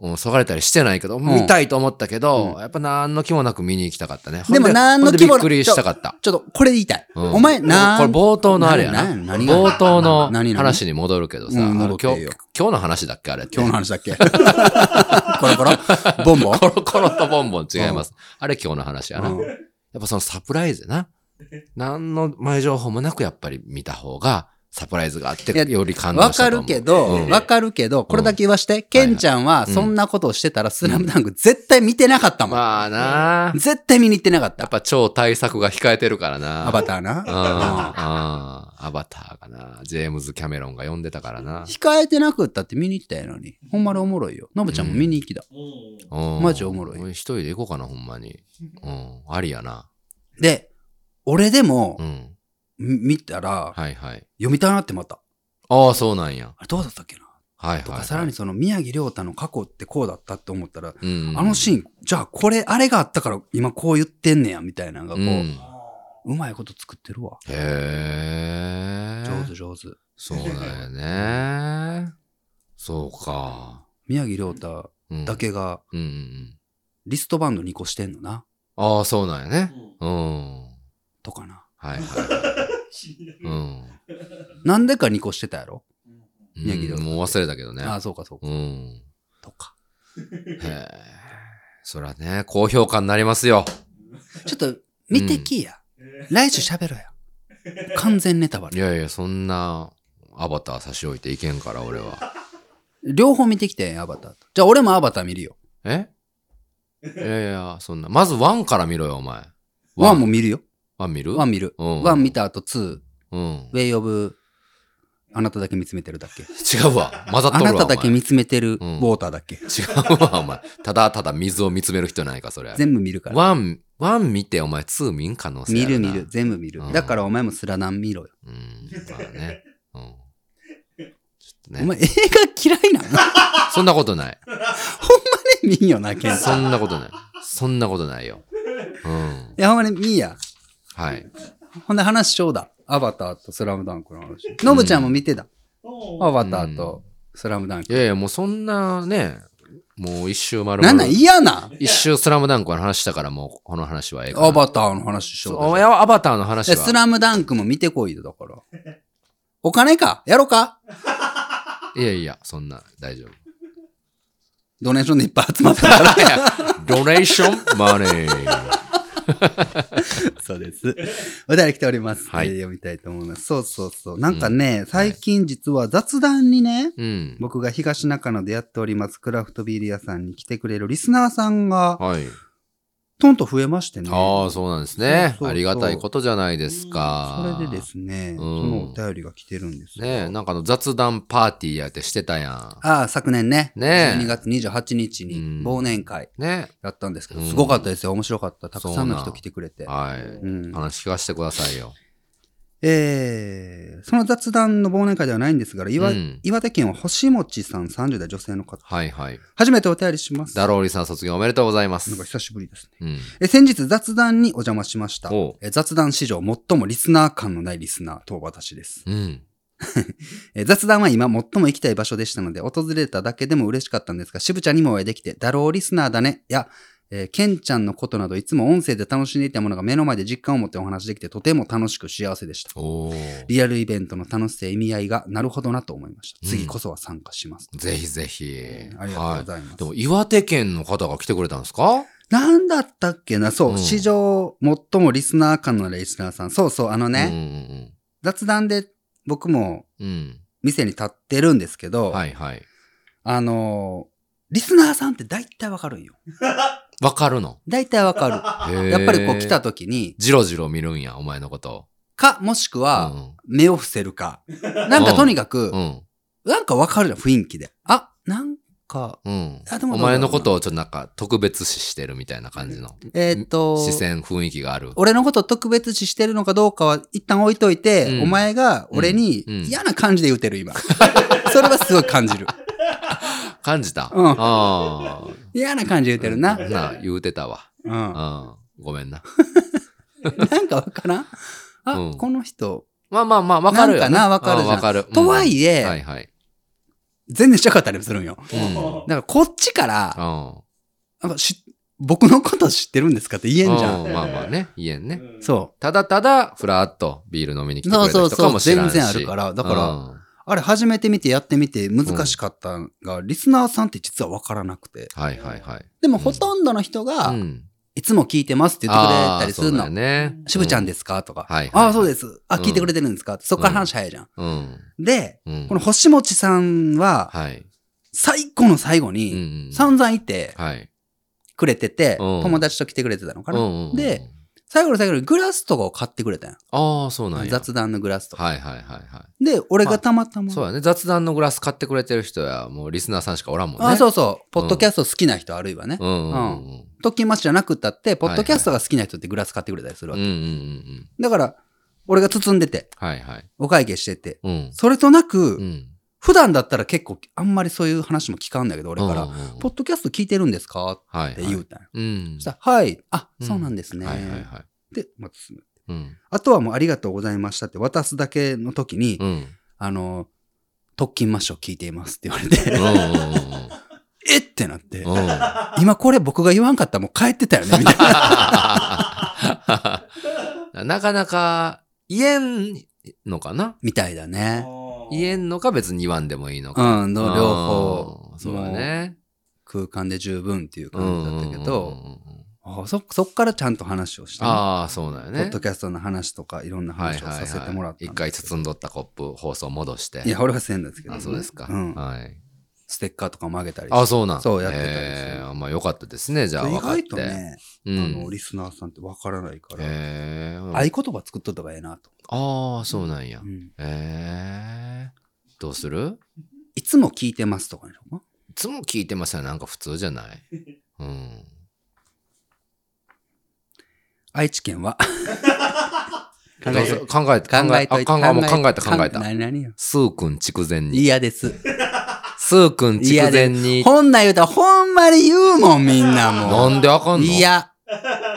[SPEAKER 2] うん、そがれたりしてないけど、
[SPEAKER 1] ん
[SPEAKER 2] 見たいと思ったけど、
[SPEAKER 1] う
[SPEAKER 2] やっぱ何の気もなく見に行きたかったね。
[SPEAKER 1] でも
[SPEAKER 2] ほん
[SPEAKER 1] 何の気もなく
[SPEAKER 2] ほんでびっくりしたかった。
[SPEAKER 1] ちょっと、これ言いたい。
[SPEAKER 2] うん
[SPEAKER 1] お前、な
[SPEAKER 2] これ冒頭のあれやな。
[SPEAKER 1] 何何
[SPEAKER 2] 冒頭の
[SPEAKER 1] 何何
[SPEAKER 2] 話に戻るけどさ、
[SPEAKER 1] うん
[SPEAKER 2] あの
[SPEAKER 1] 戻って
[SPEAKER 2] 今
[SPEAKER 1] いい
[SPEAKER 2] 日
[SPEAKER 1] よ
[SPEAKER 2] 今日の話だっけあれって
[SPEAKER 1] 今日の話だっけ コロコロボンボン
[SPEAKER 2] コロコロとボンボン違います。あれ今日の話やな。
[SPEAKER 1] うん
[SPEAKER 2] やっぱそのサプライズやな。何の前情報もなくやっぱり見た方が、サプライズがあっ
[SPEAKER 1] いや
[SPEAKER 2] て、より感動
[SPEAKER 1] わ
[SPEAKER 2] し
[SPEAKER 1] か
[SPEAKER 2] たと思う。
[SPEAKER 1] るけど、
[SPEAKER 2] うん
[SPEAKER 1] わかるけど、これだけ言わして、ケンちゃんはそんなことをしてたら、スラムダンク絶対見てなかったもん。
[SPEAKER 2] まあなあ
[SPEAKER 1] 絶対見に行ってなかっ。
[SPEAKER 2] やったぱ超対策が控えてるからな。
[SPEAKER 1] アバターな。
[SPEAKER 2] ああ、アバターかな。ジェームズ・キャメロンが呼んでたからな。
[SPEAKER 1] 控えてなくったって見に行ったやのに。ほんまにおもろいよ。ノブちゃんも見に行きだ。
[SPEAKER 3] も
[SPEAKER 2] うん
[SPEAKER 1] マジおもろい
[SPEAKER 2] 俺一人で行こうかな、ほんまに。うん、ありやな。
[SPEAKER 1] で、俺でも
[SPEAKER 2] う、ん。
[SPEAKER 1] み見たら、
[SPEAKER 2] はいはい。
[SPEAKER 1] 読みたいなってまた。
[SPEAKER 2] ああ、そうなんや。
[SPEAKER 1] あれどうだったっけな
[SPEAKER 2] はいはい、
[SPEAKER 1] とか、さらに、その宮城亮太の過去ってこうだったって思ったら、
[SPEAKER 2] うん、
[SPEAKER 1] あのシ
[SPEAKER 2] ー
[SPEAKER 1] ーン、じゃあこれ、あれがあったから今こう言ってんねや、みたいなのがこう、
[SPEAKER 2] うん、
[SPEAKER 1] うまいこと作ってるわ。
[SPEAKER 2] へえ。
[SPEAKER 1] 上手上手。
[SPEAKER 2] そうだよね。そうか。
[SPEAKER 1] 宮城亮太
[SPEAKER 2] うん、
[SPEAKER 1] だ。けが
[SPEAKER 2] うんうんうん。
[SPEAKER 1] リストバンド2個してんのな。
[SPEAKER 2] ああ、そうなんやね。うん。
[SPEAKER 1] とかな。
[SPEAKER 2] はいはい。うん。
[SPEAKER 1] なんでか2個してたやろ 宮城亮
[SPEAKER 2] う
[SPEAKER 1] 太
[SPEAKER 2] んもう忘れたけどね。
[SPEAKER 1] ああ、そうかそうか。
[SPEAKER 2] うん。
[SPEAKER 1] とか。
[SPEAKER 2] へえ。そらね、高評価になりますよ。
[SPEAKER 1] ちょっと見てきや。来週喋ろや。完全ネタバ
[SPEAKER 2] い
[SPEAKER 1] レ。
[SPEAKER 2] やいや、そんな、アバター差し置いていけんから、俺は。
[SPEAKER 1] 両方見てきてんアバターと。じゃあ俺もアバター見るよ。
[SPEAKER 2] えいやいや、そんな。まずワンから見ろよ、お前。
[SPEAKER 1] ワンも。見るよ。
[SPEAKER 2] ワン見る
[SPEAKER 1] ワン見る。
[SPEAKER 2] うん
[SPEAKER 1] ワン見た後2、
[SPEAKER 2] うん
[SPEAKER 1] ウ。ェイオブ、あなただけ見つめてるだっけ。
[SPEAKER 2] 違うわ。混ざっ
[SPEAKER 1] あ
[SPEAKER 2] とるわ。
[SPEAKER 1] なただけ
[SPEAKER 2] お前
[SPEAKER 1] 見つめてるウ
[SPEAKER 2] う
[SPEAKER 1] ォ
[SPEAKER 2] ん
[SPEAKER 1] ーターだっけ。
[SPEAKER 2] 違うわ、お前。ただただ水を見つめる人やないか、それ。
[SPEAKER 1] 全部見るから。
[SPEAKER 2] ワン、ワン見て、お前、ツー見ん可能性
[SPEAKER 1] 見
[SPEAKER 2] あ
[SPEAKER 1] る
[SPEAKER 2] るな
[SPEAKER 1] 見る。。全部見る
[SPEAKER 2] う。ん
[SPEAKER 1] だからお前もスラダン見ろよ。
[SPEAKER 2] うん、まあね。うん。ちょっと
[SPEAKER 1] お
[SPEAKER 2] ね。
[SPEAKER 1] 前映画嫌いなの
[SPEAKER 2] そんなことない。
[SPEAKER 1] 見んよな、ケンちゃん
[SPEAKER 2] そんなことない。そんなことないよ。うん。
[SPEAKER 1] いや、ほんまに、ミーや。
[SPEAKER 2] はい。
[SPEAKER 1] ほんで話しようだ。アバターとスラムダンクの話。ノブちゃんも見てた。アバターとスラムダン
[SPEAKER 2] い
[SPEAKER 1] ク。
[SPEAKER 2] やいや、もうそんなね、もう一周丸々。
[SPEAKER 1] なんなん嫌な
[SPEAKER 2] 一周スラムダンクの話したから、もうこの話はええから。
[SPEAKER 1] アバターの話しよう
[SPEAKER 2] そう
[SPEAKER 1] だ
[SPEAKER 2] いやアバターの話
[SPEAKER 1] で
[SPEAKER 2] は。
[SPEAKER 1] スラムダンクも見てこいよ、だから。 お金かやろか
[SPEAKER 2] いやいや、そんな、大丈夫。
[SPEAKER 1] ドネーションでいっぱい集まった から。
[SPEAKER 2] ドネーションマネー。
[SPEAKER 1] そうです。 お便り来ております。
[SPEAKER 2] はい
[SPEAKER 1] えー読みたいと思います。そうそうそう。なんかね、最近実は雑談にね、
[SPEAKER 2] うん。
[SPEAKER 1] 僕が東中野でやっておりますクラフトビール屋さんに来てくれるリスナーさんが、
[SPEAKER 2] はい。
[SPEAKER 1] トンと増えましてね。
[SPEAKER 2] ああ、そうなんです
[SPEAKER 1] そう
[SPEAKER 2] ね
[SPEAKER 1] そうそう
[SPEAKER 2] ありがたいことじゃないですか。
[SPEAKER 1] それでですね、
[SPEAKER 2] ん
[SPEAKER 1] そのお便りが来てるんですよ。
[SPEAKER 2] ねえ、なんかあの雑談パーティーやってしてたや
[SPEAKER 1] ああ、昨年ね。
[SPEAKER 2] ねえ
[SPEAKER 1] 12月28日
[SPEAKER 2] う
[SPEAKER 1] に
[SPEAKER 2] ん
[SPEAKER 1] 忘年会
[SPEAKER 2] ん。ね
[SPEAKER 1] やったんですけど、
[SPEAKER 2] うん
[SPEAKER 1] すごかったですよ。面白かった。たくさんの
[SPEAKER 2] そうな
[SPEAKER 1] 人
[SPEAKER 2] ん
[SPEAKER 1] 来てくれて。
[SPEAKER 2] はい。
[SPEAKER 1] うん
[SPEAKER 2] 話聞かせてくださいよ。
[SPEAKER 1] えー、その雑談の忘年会ではないんですが、岩,、
[SPEAKER 2] うん
[SPEAKER 1] 岩手県は星餅さん30代女性の方。
[SPEAKER 2] はいはい。
[SPEAKER 1] 初めてお便りします。
[SPEAKER 2] ダローリさん卒業おめでとうございま
[SPEAKER 1] なんか
[SPEAKER 2] す。
[SPEAKER 1] 久しぶりですね。
[SPEAKER 2] うん。
[SPEAKER 1] え先日雑談にお邪魔しました
[SPEAKER 2] おう。
[SPEAKER 1] え雑談史上最もリスナー感のないリスナーと私です。
[SPEAKER 2] うん。
[SPEAKER 1] えー雑談は今最も行きたい場所でしたので、訪れただけでも嬉しかったんですが、渋ちゃんにもお会いできて、だろうリスナーだね、や、えーケンちゃんのことなどいつも音声で楽しんでいたものが目の前で実感を持ってお話できて、とても楽しく幸せでした。
[SPEAKER 2] おお。
[SPEAKER 1] リアルイベントの楽しさや意味合いがなるほどなと思いました。
[SPEAKER 2] うん
[SPEAKER 1] 次こそは参加します。
[SPEAKER 2] ぜひぜひ。
[SPEAKER 1] ありがとうございます。
[SPEAKER 2] でも岩手県の方が来てくれたんですか
[SPEAKER 1] なんだったっけなそう、
[SPEAKER 2] うん
[SPEAKER 1] 史上最もリスナー感のあるリスナーさん。そうそう、あのね、
[SPEAKER 2] ね。
[SPEAKER 1] 雑談で僕も
[SPEAKER 2] うんうん
[SPEAKER 1] 店に立ってるんですけ
[SPEAKER 2] う
[SPEAKER 1] ど、
[SPEAKER 2] ん。はいはい。
[SPEAKER 1] あのーリスナーさんって大体わかるんよ。
[SPEAKER 2] わかるの。
[SPEAKER 1] 大体わか
[SPEAKER 2] へ
[SPEAKER 1] る。
[SPEAKER 2] ー
[SPEAKER 1] やっぱりこう来た。時に、
[SPEAKER 2] じろじろ見るんや、お前のこと。
[SPEAKER 1] か、もしくは、
[SPEAKER 2] あ。
[SPEAKER 1] 目を伏せるか。なんかとにかく
[SPEAKER 2] う、ん。
[SPEAKER 1] なんかわかるじゃん、雰囲気で。あ、なんか、
[SPEAKER 2] うん。
[SPEAKER 1] あでもどうだろう
[SPEAKER 2] お前
[SPEAKER 1] な
[SPEAKER 2] のことをちょっとなんか特別視してるみたいな感じの
[SPEAKER 1] えーっと、
[SPEAKER 2] 視線、雰囲気がある。
[SPEAKER 1] 俺のこと特別視してるのかどうかは一旦置いといて、
[SPEAKER 2] うん
[SPEAKER 1] お前が俺に
[SPEAKER 2] うん
[SPEAKER 1] 嫌な感じで言うてる、 今。それはすごい感じる。
[SPEAKER 2] 感じた。
[SPEAKER 1] うん
[SPEAKER 2] ああ。
[SPEAKER 1] 嫌な感じで言うてるな。うん。
[SPEAKER 2] なあ、言うてたわ。
[SPEAKER 1] な
[SPEAKER 2] うん。ごめんな。
[SPEAKER 1] んかわからんあ、
[SPEAKER 2] うん
[SPEAKER 1] この人、
[SPEAKER 2] まあまあまあ、わかるよ
[SPEAKER 1] なんかなわかるじゃん
[SPEAKER 2] うんわかる。
[SPEAKER 1] とはい
[SPEAKER 2] え
[SPEAKER 1] え
[SPEAKER 2] はいはい。
[SPEAKER 1] 全然したかったりもするんよ。
[SPEAKER 2] うん
[SPEAKER 1] だからこっちから、
[SPEAKER 2] あ
[SPEAKER 1] なんかし僕のこと知ってるんですかって言えんじゃん。
[SPEAKER 2] うんまあまあね、言えんね。
[SPEAKER 1] そう。
[SPEAKER 2] ただただ、ふらっとビール飲みに来てく
[SPEAKER 1] そ
[SPEAKER 2] れ
[SPEAKER 1] う
[SPEAKER 2] た
[SPEAKER 1] そう
[SPEAKER 2] 人
[SPEAKER 1] そ
[SPEAKER 2] か
[SPEAKER 1] う、
[SPEAKER 2] もしれ
[SPEAKER 1] 全
[SPEAKER 2] んし。
[SPEAKER 1] 然あるから。だから、
[SPEAKER 2] うん
[SPEAKER 1] あれ始めてみてやってみて難しかったのが、リスナーさんって実は分からなくて。
[SPEAKER 2] はいはいはい。
[SPEAKER 1] でも
[SPEAKER 2] うん
[SPEAKER 1] ほとんどの人が、
[SPEAKER 2] うん。
[SPEAKER 1] いつも聞いてますって言ってくれたりする
[SPEAKER 2] あーそうだよ
[SPEAKER 1] の。
[SPEAKER 2] ね。
[SPEAKER 1] しぶちゃん
[SPEAKER 2] で。
[SPEAKER 1] ですかとか。
[SPEAKER 2] はいはいはい
[SPEAKER 1] ああ、そうです。あ、
[SPEAKER 2] うん
[SPEAKER 1] 聞いてくれてるんですかってそっから話早いじゃん。
[SPEAKER 2] うん。
[SPEAKER 1] で、
[SPEAKER 2] うん
[SPEAKER 1] この星餅さんは、
[SPEAKER 2] はい。
[SPEAKER 1] 最後の最後
[SPEAKER 2] うん
[SPEAKER 1] に、
[SPEAKER 2] うん
[SPEAKER 1] 散々いて
[SPEAKER 2] はい。
[SPEAKER 1] くれてて、
[SPEAKER 2] うん
[SPEAKER 1] 友達と来てくれてたのかな。
[SPEAKER 2] うんうん
[SPEAKER 1] で、最後の最後にグラスとかを買ってくれたん
[SPEAKER 2] ああ、そうなんや。
[SPEAKER 1] 雑談のグラスとか。
[SPEAKER 2] はいはいはいは
[SPEAKER 1] で、俺がたまた
[SPEAKER 2] い。
[SPEAKER 1] ま、
[SPEAKER 2] そうやね。雑談のグラス買ってくれてる人や、もうリスナーさんしかおらんもんね。。
[SPEAKER 1] ああ、そううそう、ポッドキャスト好きな人あるいはね、
[SPEAKER 2] うんうんうん。
[SPEAKER 1] ポッドキャストじゃなくたって、ポッドキャストが好きな人ってグラス買ってくれたりする
[SPEAKER 2] う
[SPEAKER 1] わ
[SPEAKER 2] んうんう
[SPEAKER 1] け。
[SPEAKER 2] んうん。
[SPEAKER 1] だから、俺が包んでて、
[SPEAKER 2] はいはい。
[SPEAKER 1] お会計してて、
[SPEAKER 2] うん。
[SPEAKER 1] それとなく、
[SPEAKER 2] うん。
[SPEAKER 1] 普段だったら結構、あんまりそういう話も聞かんだけど、俺から、
[SPEAKER 2] うんうんうん
[SPEAKER 1] ポッドキャスト聞いてるんですかっ
[SPEAKER 2] はいはい。
[SPEAKER 1] て言うたんよ
[SPEAKER 2] うん
[SPEAKER 1] そしたら、はい、あ、
[SPEAKER 2] うん
[SPEAKER 1] そうなんですね。
[SPEAKER 2] はいはいはい。
[SPEAKER 1] で、まあ包む
[SPEAKER 2] うん。
[SPEAKER 1] あとはもうありがとうございましたって渡すだけの時に、
[SPEAKER 2] うん。うん
[SPEAKER 1] あの、特勤マッシュを聞いていますって言われ て、えってなって
[SPEAKER 2] うんう、んうん。うん
[SPEAKER 1] 今これ僕が言わんかったらもう帰ってた よね、みたいな。
[SPEAKER 2] なかなか言えんのかな
[SPEAKER 1] みたいだね。
[SPEAKER 2] 言えんのか別に言わんでもいいのか。
[SPEAKER 1] うん、の両方
[SPEAKER 2] うんそうだね。
[SPEAKER 1] 空間で十分っていう感じだったけ
[SPEAKER 2] うんうん
[SPEAKER 1] ど、
[SPEAKER 2] うんうん
[SPEAKER 1] あそそっからちゃんと話をしてね、
[SPEAKER 2] ああ、そうだよ
[SPEAKER 1] ポッ
[SPEAKER 2] ね
[SPEAKER 1] ド。キャストの話とかいろんな話をさせてもらった
[SPEAKER 2] 一
[SPEAKER 1] んで
[SPEAKER 2] 回
[SPEAKER 1] すけど、
[SPEAKER 2] 包んどったコップ放送戻して。
[SPEAKER 1] いや、俺はせんですけど、
[SPEAKER 2] あ、そうですか。
[SPEAKER 1] うん
[SPEAKER 2] はい。
[SPEAKER 1] ステッカーとかもあげたりして
[SPEAKER 2] あ、そうなん。
[SPEAKER 1] そうやってたりする
[SPEAKER 2] えーまあよかったですね、じゃあ。
[SPEAKER 1] 意
[SPEAKER 2] 分かって
[SPEAKER 1] 外と。ね、
[SPEAKER 2] うん
[SPEAKER 1] あの、リスナーさんってわからないから、
[SPEAKER 2] えー
[SPEAKER 1] 合言葉作っとった方がええなと、
[SPEAKER 2] ああ、そうなんや
[SPEAKER 1] う。ん
[SPEAKER 2] えーどうする
[SPEAKER 1] いつも聞いてますとかにしようか
[SPEAKER 2] いつも聞いてましたなんか普通じゃないうん。
[SPEAKER 1] 愛知県は考
[SPEAKER 2] どう
[SPEAKER 1] え
[SPEAKER 2] す
[SPEAKER 1] と
[SPEAKER 2] る考えて、考え
[SPEAKER 1] いて
[SPEAKER 2] あ考えもう考えた、考えた。
[SPEAKER 1] 何何よ
[SPEAKER 2] スー君筑前に。
[SPEAKER 1] 嫌です
[SPEAKER 2] スー君筑前に。
[SPEAKER 1] ほんなん言うたらほんまに言うもんみんなもう
[SPEAKER 2] なんであかんの
[SPEAKER 1] いや、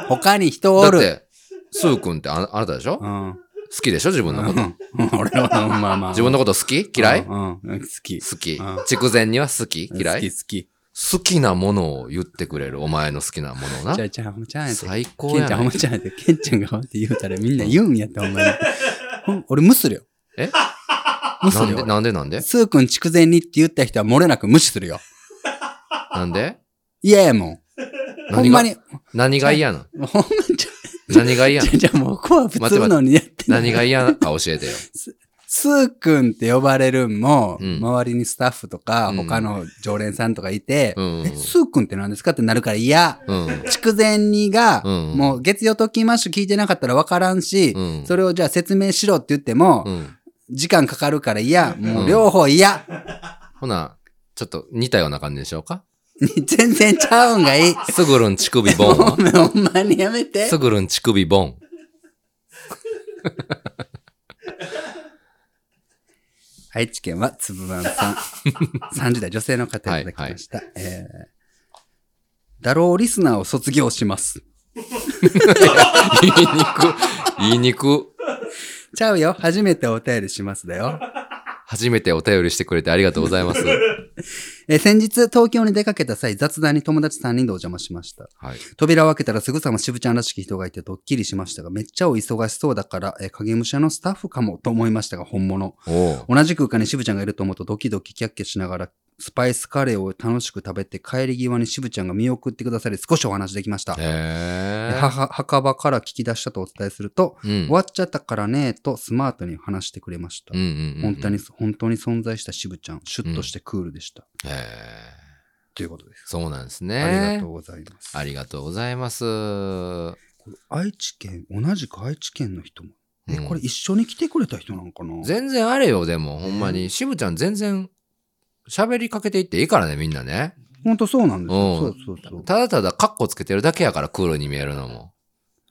[SPEAKER 1] 他に人
[SPEAKER 2] だ
[SPEAKER 1] お
[SPEAKER 2] っ
[SPEAKER 1] る。
[SPEAKER 2] て、スー君ってああなたでし
[SPEAKER 1] う
[SPEAKER 2] ょ好
[SPEAKER 1] ん。うん
[SPEAKER 2] きでしょ自分の こと。
[SPEAKER 1] 俺は、まあまあ。
[SPEAKER 2] 自分のこと好き嫌い
[SPEAKER 1] うん。うん好き。
[SPEAKER 2] 好き
[SPEAKER 1] うん。
[SPEAKER 2] 筑前には好き嫌
[SPEAKER 1] 好
[SPEAKER 2] い
[SPEAKER 1] き好き。
[SPEAKER 2] 好きなものを言ってくれる。お前の好きなもの
[SPEAKER 1] ちゃ
[SPEAKER 2] な。
[SPEAKER 1] うちゃう、ほんまちゃうやて。
[SPEAKER 2] 最高
[SPEAKER 1] ケン
[SPEAKER 2] や
[SPEAKER 1] ちゃんほん
[SPEAKER 2] ね
[SPEAKER 1] ま。ちゃうやて。ケンちゃんがほんって言うたらみんな言うんやって、ほんまに。ほん俺無視するよ。
[SPEAKER 2] え
[SPEAKER 1] 無視
[SPEAKER 2] な
[SPEAKER 1] する
[SPEAKER 2] ん
[SPEAKER 1] よ
[SPEAKER 2] で。なんでなん
[SPEAKER 1] 俺
[SPEAKER 2] で
[SPEAKER 1] スー君筑前にって言った人は漏れなく無視するよ。
[SPEAKER 2] な んで
[SPEAKER 1] 嫌やもん。ほん
[SPEAKER 2] 何が
[SPEAKER 1] まに。
[SPEAKER 2] 何が嫌な
[SPEAKER 1] ほんまにちゃ
[SPEAKER 2] 何が嫌な
[SPEAKER 1] う。じゃあもうここは普通のにやってない
[SPEAKER 2] 何が嫌なか教えてよ。
[SPEAKER 1] スー君って呼ばれるんも、
[SPEAKER 2] うん
[SPEAKER 1] 周りにスタッフとか、
[SPEAKER 2] うん
[SPEAKER 1] 他の常連さんとかいて、
[SPEAKER 2] うん
[SPEAKER 1] え、スー君って何ですかってなるから嫌。
[SPEAKER 2] うん。
[SPEAKER 1] 筑前煮が、
[SPEAKER 2] うん
[SPEAKER 1] もう月曜ときましょ聞いてなかったらわからんし、
[SPEAKER 2] うん
[SPEAKER 1] それをじゃあ説明しろって言っても、
[SPEAKER 2] うん。
[SPEAKER 1] 時間かかるから嫌。も
[SPEAKER 2] うん
[SPEAKER 1] う両方嫌。
[SPEAKER 2] ほな、ちょっと似たような感じでしょうか
[SPEAKER 1] 全然ちゃうんがいい。
[SPEAKER 2] すぐるん乳首ボン
[SPEAKER 1] ほ
[SPEAKER 2] は
[SPEAKER 1] んまほんまにやめて
[SPEAKER 2] す。ぐるん乳首 ボン。
[SPEAKER 1] 愛知県はつぶまんさん。30代女 性の方いただきました。えー、だろうリスナーを卒業します。
[SPEAKER 2] 言いにく。言いにく。
[SPEAKER 1] ちゃうよ。初めてお便りしますだよ。
[SPEAKER 2] 初めてお便りしてくれてありがとうございます。
[SPEAKER 1] えー先日、東京に出かけた際、雑談に友達3人でお邪魔しました。
[SPEAKER 2] はい。
[SPEAKER 1] 扉を開けたらすぐさま渋ちゃんらしき人がいてドッキリしましたが、めっちゃお忙しそうだから、えー影武者のスタッフかもと思いましたが、本物。
[SPEAKER 2] おう
[SPEAKER 1] 同じ空間に渋ちゃんがいると思うとドキドキキャッキャしながら、スパイスカレーを楽しく食べて、帰り際に渋ちゃんが見送ってくださり、少しお話できました。
[SPEAKER 2] へえ。
[SPEAKER 1] 母墓場から聞き出したとお伝えすると、
[SPEAKER 2] うん
[SPEAKER 1] 終わっちゃったからねとスマートに話してくれました。
[SPEAKER 2] うんうんうん、
[SPEAKER 1] 本当に。、本当に存在した渋ちゃん、シュッとしてクールでした。
[SPEAKER 2] へえ。
[SPEAKER 1] ということです。
[SPEAKER 2] そうなんですね。
[SPEAKER 1] ありがとうございます。
[SPEAKER 2] ありがとうございます。え、
[SPEAKER 1] 愛知県、同じく愛知県の人も。え、これ一緒に来てくれた人なんかな
[SPEAKER 2] 全然あれよ、でも、ほんまに。しぶちゃん全然喋りかけていっていいからね、みんなね。
[SPEAKER 1] ほんとそうなんですよ。
[SPEAKER 2] う
[SPEAKER 1] そ
[SPEAKER 2] ん
[SPEAKER 1] うそうそう。
[SPEAKER 2] ただただカッコつけてるだけやから、クールに見えるのも。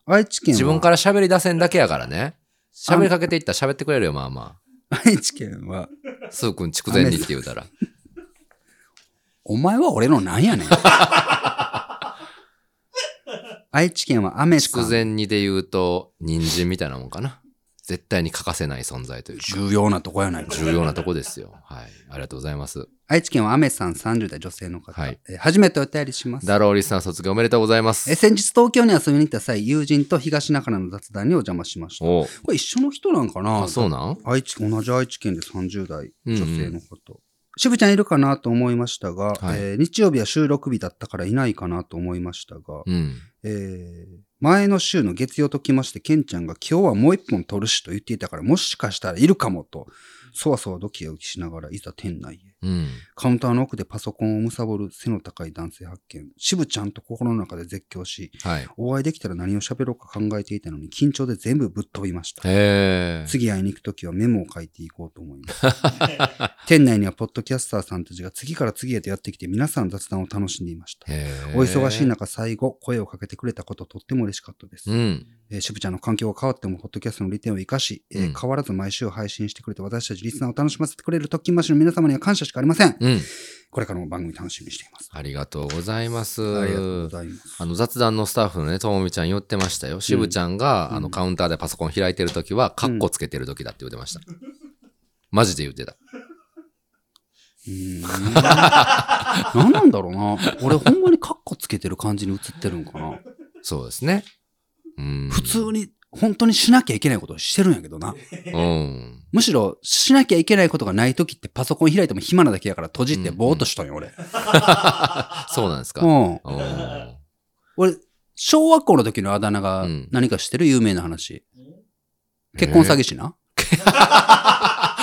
[SPEAKER 1] 愛知県は、
[SPEAKER 2] 自分から喋り出せんだけやからね。喋りかけていったら喋ってくれるよ、まあま
[SPEAKER 1] 愛知県は、
[SPEAKER 2] あ。すーくん、筑前にって言うたら。
[SPEAKER 1] お前は俺のなんやね ん。愛知県は雨さ
[SPEAKER 2] 筑
[SPEAKER 1] ん。
[SPEAKER 2] 前にで言うと、人参みたいなもんかな。絶対に欠かせない存在というか
[SPEAKER 1] 重要なとこやないか。
[SPEAKER 2] 重要なとこですよ。はい。ありがとうございます。
[SPEAKER 1] 愛知県はアメさん30代女性の方、
[SPEAKER 2] はい
[SPEAKER 1] えー初めてお便りします。
[SPEAKER 2] ダローリスナー卒業おめでとうございま
[SPEAKER 1] えー
[SPEAKER 2] す。
[SPEAKER 1] 先日東京に遊びに行った際、友人と東中野の雑談にお邪魔しました。こ
[SPEAKER 2] おう
[SPEAKER 1] れ一緒の人なんかな
[SPEAKER 2] あ、そうなん
[SPEAKER 1] 愛知同じ愛知県で30代
[SPEAKER 2] うんうん
[SPEAKER 1] 女性の方。渋ちゃんいるかなと思いましたが、
[SPEAKER 2] はい
[SPEAKER 1] えー日曜日は収録日だったからいないかなと思いましたが、
[SPEAKER 2] うん。
[SPEAKER 1] えー前の週の月曜ときまして、ケンちゃんが今日はもう一本撮るしと言っていたから、もしかしたらいるかもと、そわそわドキドキしながらいざ店内へ。
[SPEAKER 2] うん。
[SPEAKER 1] カウンターの奥でパソコンを貪る背の高い男性発見。渋ちゃんと心の中で絶叫し、
[SPEAKER 2] はい。へ
[SPEAKER 1] お会いできたら何を喋ろうか考えていたのに緊張で全部ぶっ飛びました。
[SPEAKER 2] え。
[SPEAKER 1] 次会いに行くときはメモを書いていこうと思い ます。店内にはポッドキャスターさんたちが次から次へとやってきて皆さん雑談を楽しんでいました。
[SPEAKER 2] へえ
[SPEAKER 1] お忙しい。中最後、声をかけてくれたこととっても嬉しかったです。
[SPEAKER 2] うん。
[SPEAKER 1] えー、渋ちゃんの環境が変わっても、ポッドキャストの利点を生かし、えー
[SPEAKER 2] うん
[SPEAKER 1] 変わらず毎週配信してくれて、私たちリスナーを楽しませてくれる特勤マッシュの皆様には感謝しかありません。
[SPEAKER 2] うん。
[SPEAKER 1] これからも番組楽しみにしています。
[SPEAKER 2] ありがとうございます。
[SPEAKER 1] ありがとうございます。
[SPEAKER 2] あの雑談のスタッフのね、ともみちゃん言ってましたよ。しぶちゃんが、
[SPEAKER 1] うん
[SPEAKER 2] あのカウンターでパソコン開いてるときは、カッコつけてるときだって言ってました。マジで言ってた。
[SPEAKER 1] うーん。 何なんだろうな。俺、ほんまにカッコつけてる感じに映ってるんかな。
[SPEAKER 2] そうですね。うん。
[SPEAKER 1] 普通に、本当にしなきゃいけないことをしてるんやけどな。
[SPEAKER 2] うん。
[SPEAKER 1] むしろ、しなきゃいけないことがない時って、パソコン開いても暇なだけやから閉じてぼーっとしとんよ、俺。
[SPEAKER 2] そうなんですか。
[SPEAKER 1] うん。
[SPEAKER 2] おー
[SPEAKER 1] 俺、小学校の時のあだ名が
[SPEAKER 2] うん
[SPEAKER 1] 何かしてる有名な話。結婚詐欺師な、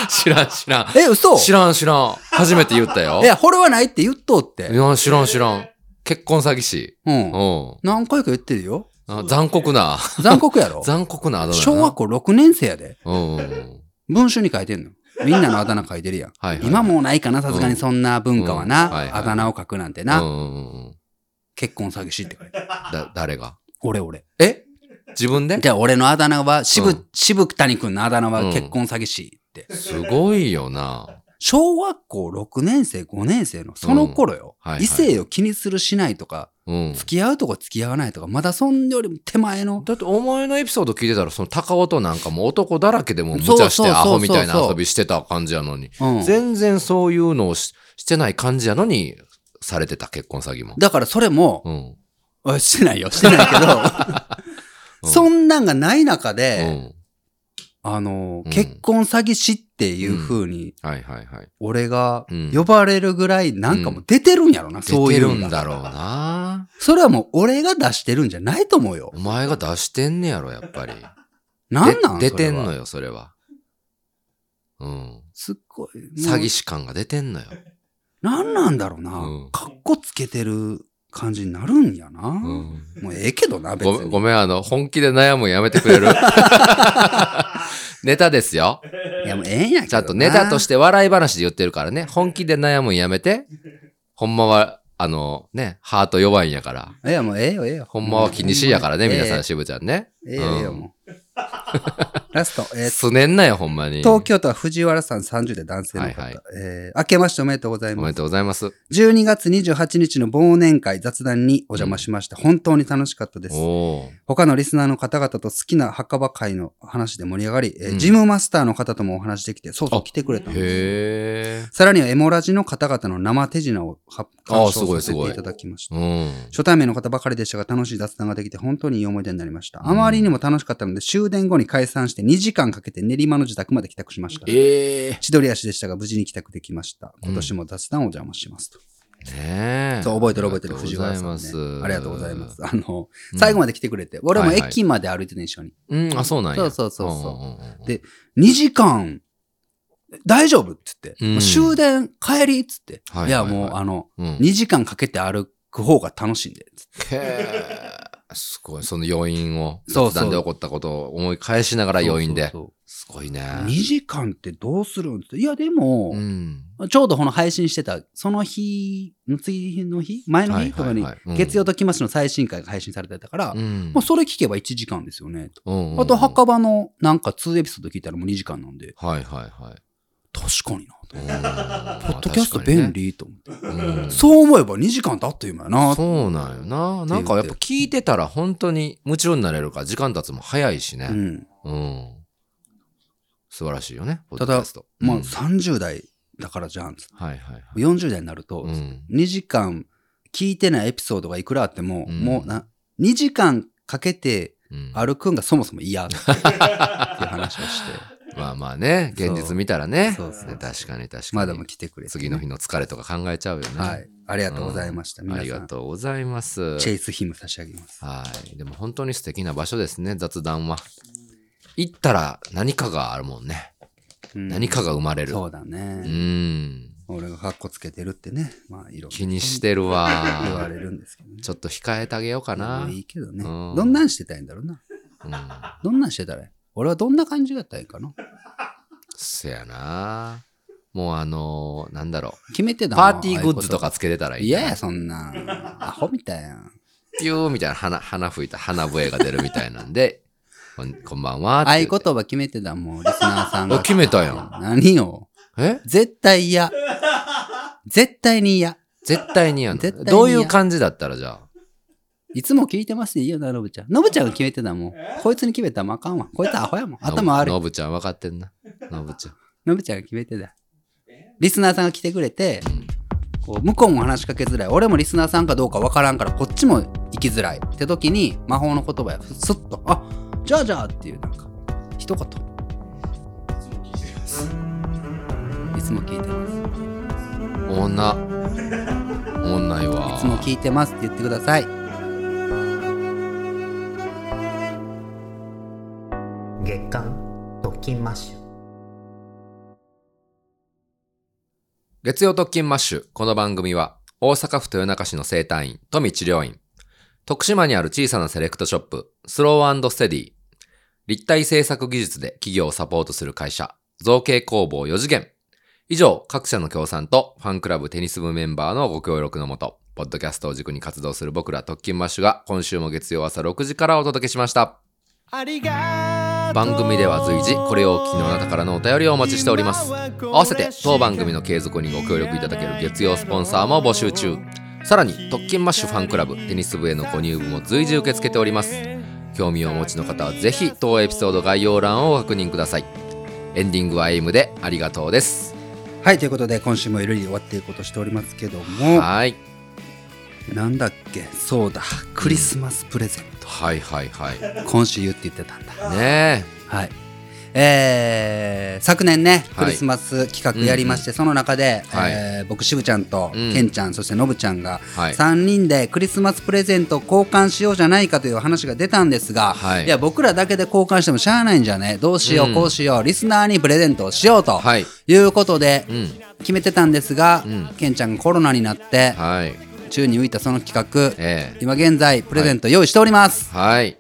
[SPEAKER 2] 知らん知らん。
[SPEAKER 1] え、嘘
[SPEAKER 2] 知らん知らん。初めて言ったよ。
[SPEAKER 1] いや、これはないって言っとうっ
[SPEAKER 2] い
[SPEAKER 1] て。
[SPEAKER 2] や、知らん知らん。結婚詐欺師。
[SPEAKER 1] う。
[SPEAKER 2] うんん。
[SPEAKER 1] 何回か言ってるよ。
[SPEAKER 2] あ残酷な、
[SPEAKER 1] 残酷やろ。
[SPEAKER 2] 残酷なあだ名やな。
[SPEAKER 1] 小学校6年生やで。
[SPEAKER 2] うんうんうん。
[SPEAKER 1] 文集に書いてんの。みんなのあだ名書いてるやん。
[SPEAKER 2] はいはい
[SPEAKER 1] 今もうないかな、さすがにそんな文化はな。
[SPEAKER 2] うんはいはい
[SPEAKER 1] あだ名を書くなんて
[SPEAKER 2] う
[SPEAKER 1] な。
[SPEAKER 2] んうんうん。
[SPEAKER 1] 結婚詐欺師って書いてる。
[SPEAKER 2] だ、誰が
[SPEAKER 1] 俺俺。
[SPEAKER 2] え自分で
[SPEAKER 1] じゃあ俺のあだ名は、渋、
[SPEAKER 2] うん
[SPEAKER 1] 渋谷谷くんのあだ名は
[SPEAKER 2] うん
[SPEAKER 1] 結婚詐欺師って。
[SPEAKER 2] すごいよな。
[SPEAKER 1] 小学校6年生、5年生の、その頃よ、
[SPEAKER 2] うんはいはい
[SPEAKER 1] 異性を気にするしないとか、
[SPEAKER 2] うん。
[SPEAKER 1] 付き合うとか付き合わないとか、まだそんよりも手前の、
[SPEAKER 2] だってお前のエピソード聞いてたらその高尾となんかもう男だらけでもう無
[SPEAKER 1] そう
[SPEAKER 2] 茶し
[SPEAKER 1] そう
[SPEAKER 2] て
[SPEAKER 1] そうそう
[SPEAKER 2] アホみたいな遊びしてた感じやのに
[SPEAKER 1] うん
[SPEAKER 2] 全然そういうのをししてない感じやのにされてた結婚詐欺も。
[SPEAKER 1] だからそれも、
[SPEAKER 2] うん。
[SPEAKER 1] あしてないよ、してないけど、
[SPEAKER 2] うん
[SPEAKER 1] そんなんがない中
[SPEAKER 2] う
[SPEAKER 1] で、
[SPEAKER 2] ん。
[SPEAKER 1] あの
[SPEAKER 2] う、ん
[SPEAKER 1] 結婚詐欺師っていう風に、
[SPEAKER 2] はいはいはい。
[SPEAKER 1] 俺が
[SPEAKER 2] うん
[SPEAKER 1] 呼ばれるぐらいなんかもう出てるんやろな、そう
[SPEAKER 2] 出
[SPEAKER 1] い
[SPEAKER 2] て
[SPEAKER 1] う
[SPEAKER 2] る
[SPEAKER 1] のが
[SPEAKER 2] んだろうな。
[SPEAKER 1] それはもう俺が出してるんじゃないと思うよ
[SPEAKER 2] お。前が出してんねやろ、やっぱり。
[SPEAKER 1] なんなん
[SPEAKER 2] で出てん
[SPEAKER 1] そ
[SPEAKER 2] の
[SPEAKER 1] れは
[SPEAKER 2] よ、それは。うん。
[SPEAKER 1] すっごい。
[SPEAKER 2] 詐欺
[SPEAKER 1] 師。
[SPEAKER 2] 師感が出てんのよ。
[SPEAKER 1] なんなんだろうな。
[SPEAKER 2] うん
[SPEAKER 1] かっこつけてる感じになるんやな。
[SPEAKER 2] うん
[SPEAKER 1] もうええけどな、別
[SPEAKER 2] ごめ
[SPEAKER 1] に。
[SPEAKER 2] ん、ごめん、あの、本気で悩むんやめてく れるネタですよ。
[SPEAKER 1] いや、もうええんやけどな。。
[SPEAKER 2] ちゃんとネタとしてて笑い話で言ってるからね。本気で悩むんやめて。ほんまは、あの、ね、ハート弱いんやから。
[SPEAKER 1] いや、もうええよ、ええよ。
[SPEAKER 2] ほんまは気にしいやからね、皆さ
[SPEAKER 1] え
[SPEAKER 2] ん、しぶちゃんね。
[SPEAKER 1] ええええよ、ええよ、
[SPEAKER 2] うん
[SPEAKER 1] もう。ラスト、えー
[SPEAKER 2] すねんなよ、ほんまに。
[SPEAKER 1] 東京都は藤原さん30で男性の方。
[SPEAKER 2] はいはい
[SPEAKER 1] えー明けましておめでとうござい
[SPEAKER 2] お
[SPEAKER 1] ま
[SPEAKER 2] め
[SPEAKER 1] す
[SPEAKER 2] で。とうございます。
[SPEAKER 1] 12月28日の忘年会雑談にお邪魔しました。本当に楽しかったです。
[SPEAKER 2] おー
[SPEAKER 1] 他のリスナーの方々と好きな墓場会の話で盛り上がり、えー
[SPEAKER 2] うん
[SPEAKER 1] ジムマスターの方ともお話できて、そうそう
[SPEAKER 2] あ
[SPEAKER 1] 来てくれたんです。
[SPEAKER 2] へえ。
[SPEAKER 1] さらにはエモラジの方々の生手品を発
[SPEAKER 2] あ
[SPEAKER 1] 表
[SPEAKER 2] ーすご
[SPEAKER 1] させ
[SPEAKER 2] いす
[SPEAKER 1] て
[SPEAKER 2] ごい
[SPEAKER 1] いただきました。
[SPEAKER 2] うん。
[SPEAKER 1] 初対面の方ばかりでしたが楽しい雑談ができて本当にいい思い出になりました。あまりにも楽しかったので終電後に解散して2時間かけて練馬の自宅まで帰宅しました。
[SPEAKER 2] ええ。ね
[SPEAKER 1] 千鳥足でしたが無事に帰宅できました。今年も雑談をお邪魔しますと。
[SPEAKER 2] え。
[SPEAKER 1] そう、覚えてる覚えてる、
[SPEAKER 2] あ
[SPEAKER 1] 藤
[SPEAKER 2] りが
[SPEAKER 1] 原
[SPEAKER 2] と
[SPEAKER 1] さん、
[SPEAKER 2] うござい
[SPEAKER 1] ね。ありがとうございます。。あの、
[SPEAKER 2] うん
[SPEAKER 1] 最後まで来てくれて、俺も
[SPEAKER 2] はいはい
[SPEAKER 1] 駅まで歩いてね、一緒に。
[SPEAKER 2] うん、あ、そうなんや。
[SPEAKER 1] そうそうそうそうん
[SPEAKER 2] んんん
[SPEAKER 1] で2時間、大丈夫って言って、
[SPEAKER 2] うん
[SPEAKER 1] もう終電帰りっつって、
[SPEAKER 2] はい
[SPEAKER 1] いや、
[SPEAKER 2] はいはい
[SPEAKER 1] もうあの、
[SPEAKER 2] うん
[SPEAKER 1] 2時間かけて歩く方が楽しいんで、つって
[SPEAKER 2] へーすごい。その余韻を、
[SPEAKER 1] そうそう
[SPEAKER 2] 雑談で起こったことを思い返しながら余韻
[SPEAKER 1] そ
[SPEAKER 2] で。
[SPEAKER 1] うそう
[SPEAKER 2] すごいね。
[SPEAKER 1] そう2時間ってどうするんって。いや、でも、
[SPEAKER 2] うん。
[SPEAKER 1] ちょうどこの配信してた、その日、の次の日前の
[SPEAKER 2] は
[SPEAKER 1] 日
[SPEAKER 2] い
[SPEAKER 1] と
[SPEAKER 2] は
[SPEAKER 1] か
[SPEAKER 2] い
[SPEAKER 1] に
[SPEAKER 2] はい、うん
[SPEAKER 1] 月曜ときましの最新回が配信されてたから、
[SPEAKER 2] うん
[SPEAKER 1] まあ、それ聞けば1時間ですよね。
[SPEAKER 2] うんうんうん
[SPEAKER 1] あと、墓場のなんか2エピソード聞いたらもう2時間なんで、
[SPEAKER 2] はいはいはい。
[SPEAKER 1] 確かになと。
[SPEAKER 2] うんまあ
[SPEAKER 1] ポッドキャスト便利と思って。
[SPEAKER 2] 確かにねうん
[SPEAKER 1] そう思えば2時間経って今やな。
[SPEAKER 2] そうなんよな。なんかやっぱ聞いてたら本当に夢中になれるから時間経つも早いし
[SPEAKER 1] う
[SPEAKER 2] ね。
[SPEAKER 1] ん。
[SPEAKER 2] うん。素晴らしいよね、ポッ
[SPEAKER 1] た
[SPEAKER 2] ドキャ
[SPEAKER 1] だ
[SPEAKER 2] スト。、
[SPEAKER 1] まあ
[SPEAKER 2] うん
[SPEAKER 1] 30代だからじゃん。
[SPEAKER 2] はいはいはい。
[SPEAKER 1] 40代になると
[SPEAKER 2] う、ん。
[SPEAKER 1] 2時間聞いてないエピソードがいくらあっても、
[SPEAKER 2] うん
[SPEAKER 1] もうな、2時間かけて
[SPEAKER 2] うん
[SPEAKER 1] 歩くんがそもそも嫌っていう話をして。
[SPEAKER 2] まあまあね、現実見たら ね。
[SPEAKER 1] そう
[SPEAKER 3] そう
[SPEAKER 2] ね確かに確
[SPEAKER 1] ま
[SPEAKER 2] か
[SPEAKER 1] だ
[SPEAKER 2] に
[SPEAKER 1] も。来てくれて。
[SPEAKER 2] 次の日。の疲れとか考えちゃうよね。
[SPEAKER 1] はい。ありがとうございました。
[SPEAKER 2] あ
[SPEAKER 1] 皆
[SPEAKER 2] り
[SPEAKER 1] さ
[SPEAKER 2] が
[SPEAKER 1] ん、
[SPEAKER 2] とうございます。
[SPEAKER 1] チェイスヒム差し上げます。
[SPEAKER 2] はい。でも本当に素敵な場所ですね、雑談は。行ったら何かがあるもんね。
[SPEAKER 1] うん
[SPEAKER 2] 何かが生まれる。
[SPEAKER 1] そうだ
[SPEAKER 2] う
[SPEAKER 1] ね。
[SPEAKER 2] ん。
[SPEAKER 1] 俺がカッコつけてるってね。まあ、いろいろ
[SPEAKER 2] 気にしてる
[SPEAKER 1] 言わ
[SPEAKER 2] わ。
[SPEAKER 1] れるんですけどね。
[SPEAKER 2] ちょっと控えてあげようか
[SPEAKER 1] も
[SPEAKER 2] な
[SPEAKER 1] う。いいけどね。
[SPEAKER 2] うん
[SPEAKER 1] どんなんしてたいんだろうな。
[SPEAKER 2] うん。
[SPEAKER 1] どんなんしてたらいい俺はどんな感じだったらいいかな
[SPEAKER 2] せやな。もうあのーなんだろ
[SPEAKER 1] 決めて
[SPEAKER 2] う。
[SPEAKER 1] た
[SPEAKER 2] パーティーグッズとかつけてたらいい。
[SPEAKER 1] いやいや、そんなん。アホみたいやん。
[SPEAKER 2] ピューみたいな花、花吹いた花笛が出るみたいなんで、 こんこんばんはって
[SPEAKER 1] 合
[SPEAKER 2] 言
[SPEAKER 1] 言
[SPEAKER 2] って。
[SPEAKER 1] 葉決めてたもん、リスナーさんが。
[SPEAKER 2] あ決めたや ん。
[SPEAKER 1] 何よ。
[SPEAKER 2] え
[SPEAKER 1] 絶対嫌。絶対に嫌。
[SPEAKER 2] 絶対にやん。
[SPEAKER 1] 絶対にや
[SPEAKER 2] どういう感じだったらじゃあ。
[SPEAKER 1] いつも聞いてますよ、ノブちゃん。ノブちゃんが決めてたもん。こいつに決めたらもうあかんわ。こいつアホやもん。頭悪い
[SPEAKER 2] の。ぶちゃん分かってんな。のぶちゃん。
[SPEAKER 1] ノブちゃんが決めてた。
[SPEAKER 3] え
[SPEAKER 1] リスナーさんが来てくれて、こう向こうも話しかけづらい俺もリスナーさんかどうかわからんからこっちも行きづらいって時に魔法の言葉やスッと「あじゃあじゃあ」っていうなんか一言
[SPEAKER 3] いつも聞いてます。
[SPEAKER 1] いつも聞いてま
[SPEAKER 2] 女。女いわ。
[SPEAKER 1] すいつも聞いてますって言ってください
[SPEAKER 4] 月刊ドキンマッシュ
[SPEAKER 2] 月曜特勤マッシュ。この番組は、大阪府豊中市の生態院、富治療院、徳島にある小さなセレクトショップ、スローステディ、立体制作技術で企業をサポートする会社、造形工房4次元。以上、各社の協賛とファンクラブテニス部メンバーのご協力のもと、ポッドキャストを軸に活動する僕ら特勤マッシュが今週も月曜朝6時からお届けしました。
[SPEAKER 5] ありが
[SPEAKER 2] 番組では随時これをお聞きのあなたからのお便りをお待ちしております合わせて当番組の継続にご協力いただける月曜スポンサーも募集中さらに特勤マッシュファンクラブテニス部へのご入部も随時受け付けております興味をお持ちの方はぜひ当エピソード概要欄をご確認くださいエンディングはエイムでありがとうです
[SPEAKER 1] はい、ということで、今週もゆるり終わっていこうとしておりますけども、
[SPEAKER 2] はい
[SPEAKER 1] なんだっけ、そうだ、クリスマスプレゼント。
[SPEAKER 2] はいはいはい
[SPEAKER 1] 今週言って言ってたんだ。
[SPEAKER 2] ねえ
[SPEAKER 1] はい。えー昨年ね、
[SPEAKER 2] はい
[SPEAKER 1] クリスマス企画やりまして、その中で、
[SPEAKER 2] はい
[SPEAKER 1] えー僕、しぶちゃんと、
[SPEAKER 2] うん
[SPEAKER 1] けんちゃん、そしてのぶちゃんが、
[SPEAKER 2] はい
[SPEAKER 1] 3人でクリスマスプレゼントを交換しようじゃないかという話が出たんですが、
[SPEAKER 2] はい
[SPEAKER 1] いや、僕らだけで交換してもしゃあないんじゃねどうしよ
[SPEAKER 2] う
[SPEAKER 1] う、
[SPEAKER 2] ん
[SPEAKER 1] こうしよう、リスナーにプレゼントをしようと、
[SPEAKER 2] はい
[SPEAKER 1] い、うことで、
[SPEAKER 2] うん
[SPEAKER 1] 決めてたんですが、
[SPEAKER 2] うん
[SPEAKER 1] けんちゃんがコロナになって、
[SPEAKER 2] はい
[SPEAKER 1] 宙に浮いたその企画、
[SPEAKER 2] ええ
[SPEAKER 1] 今現在プレゼント用意しております、
[SPEAKER 2] はい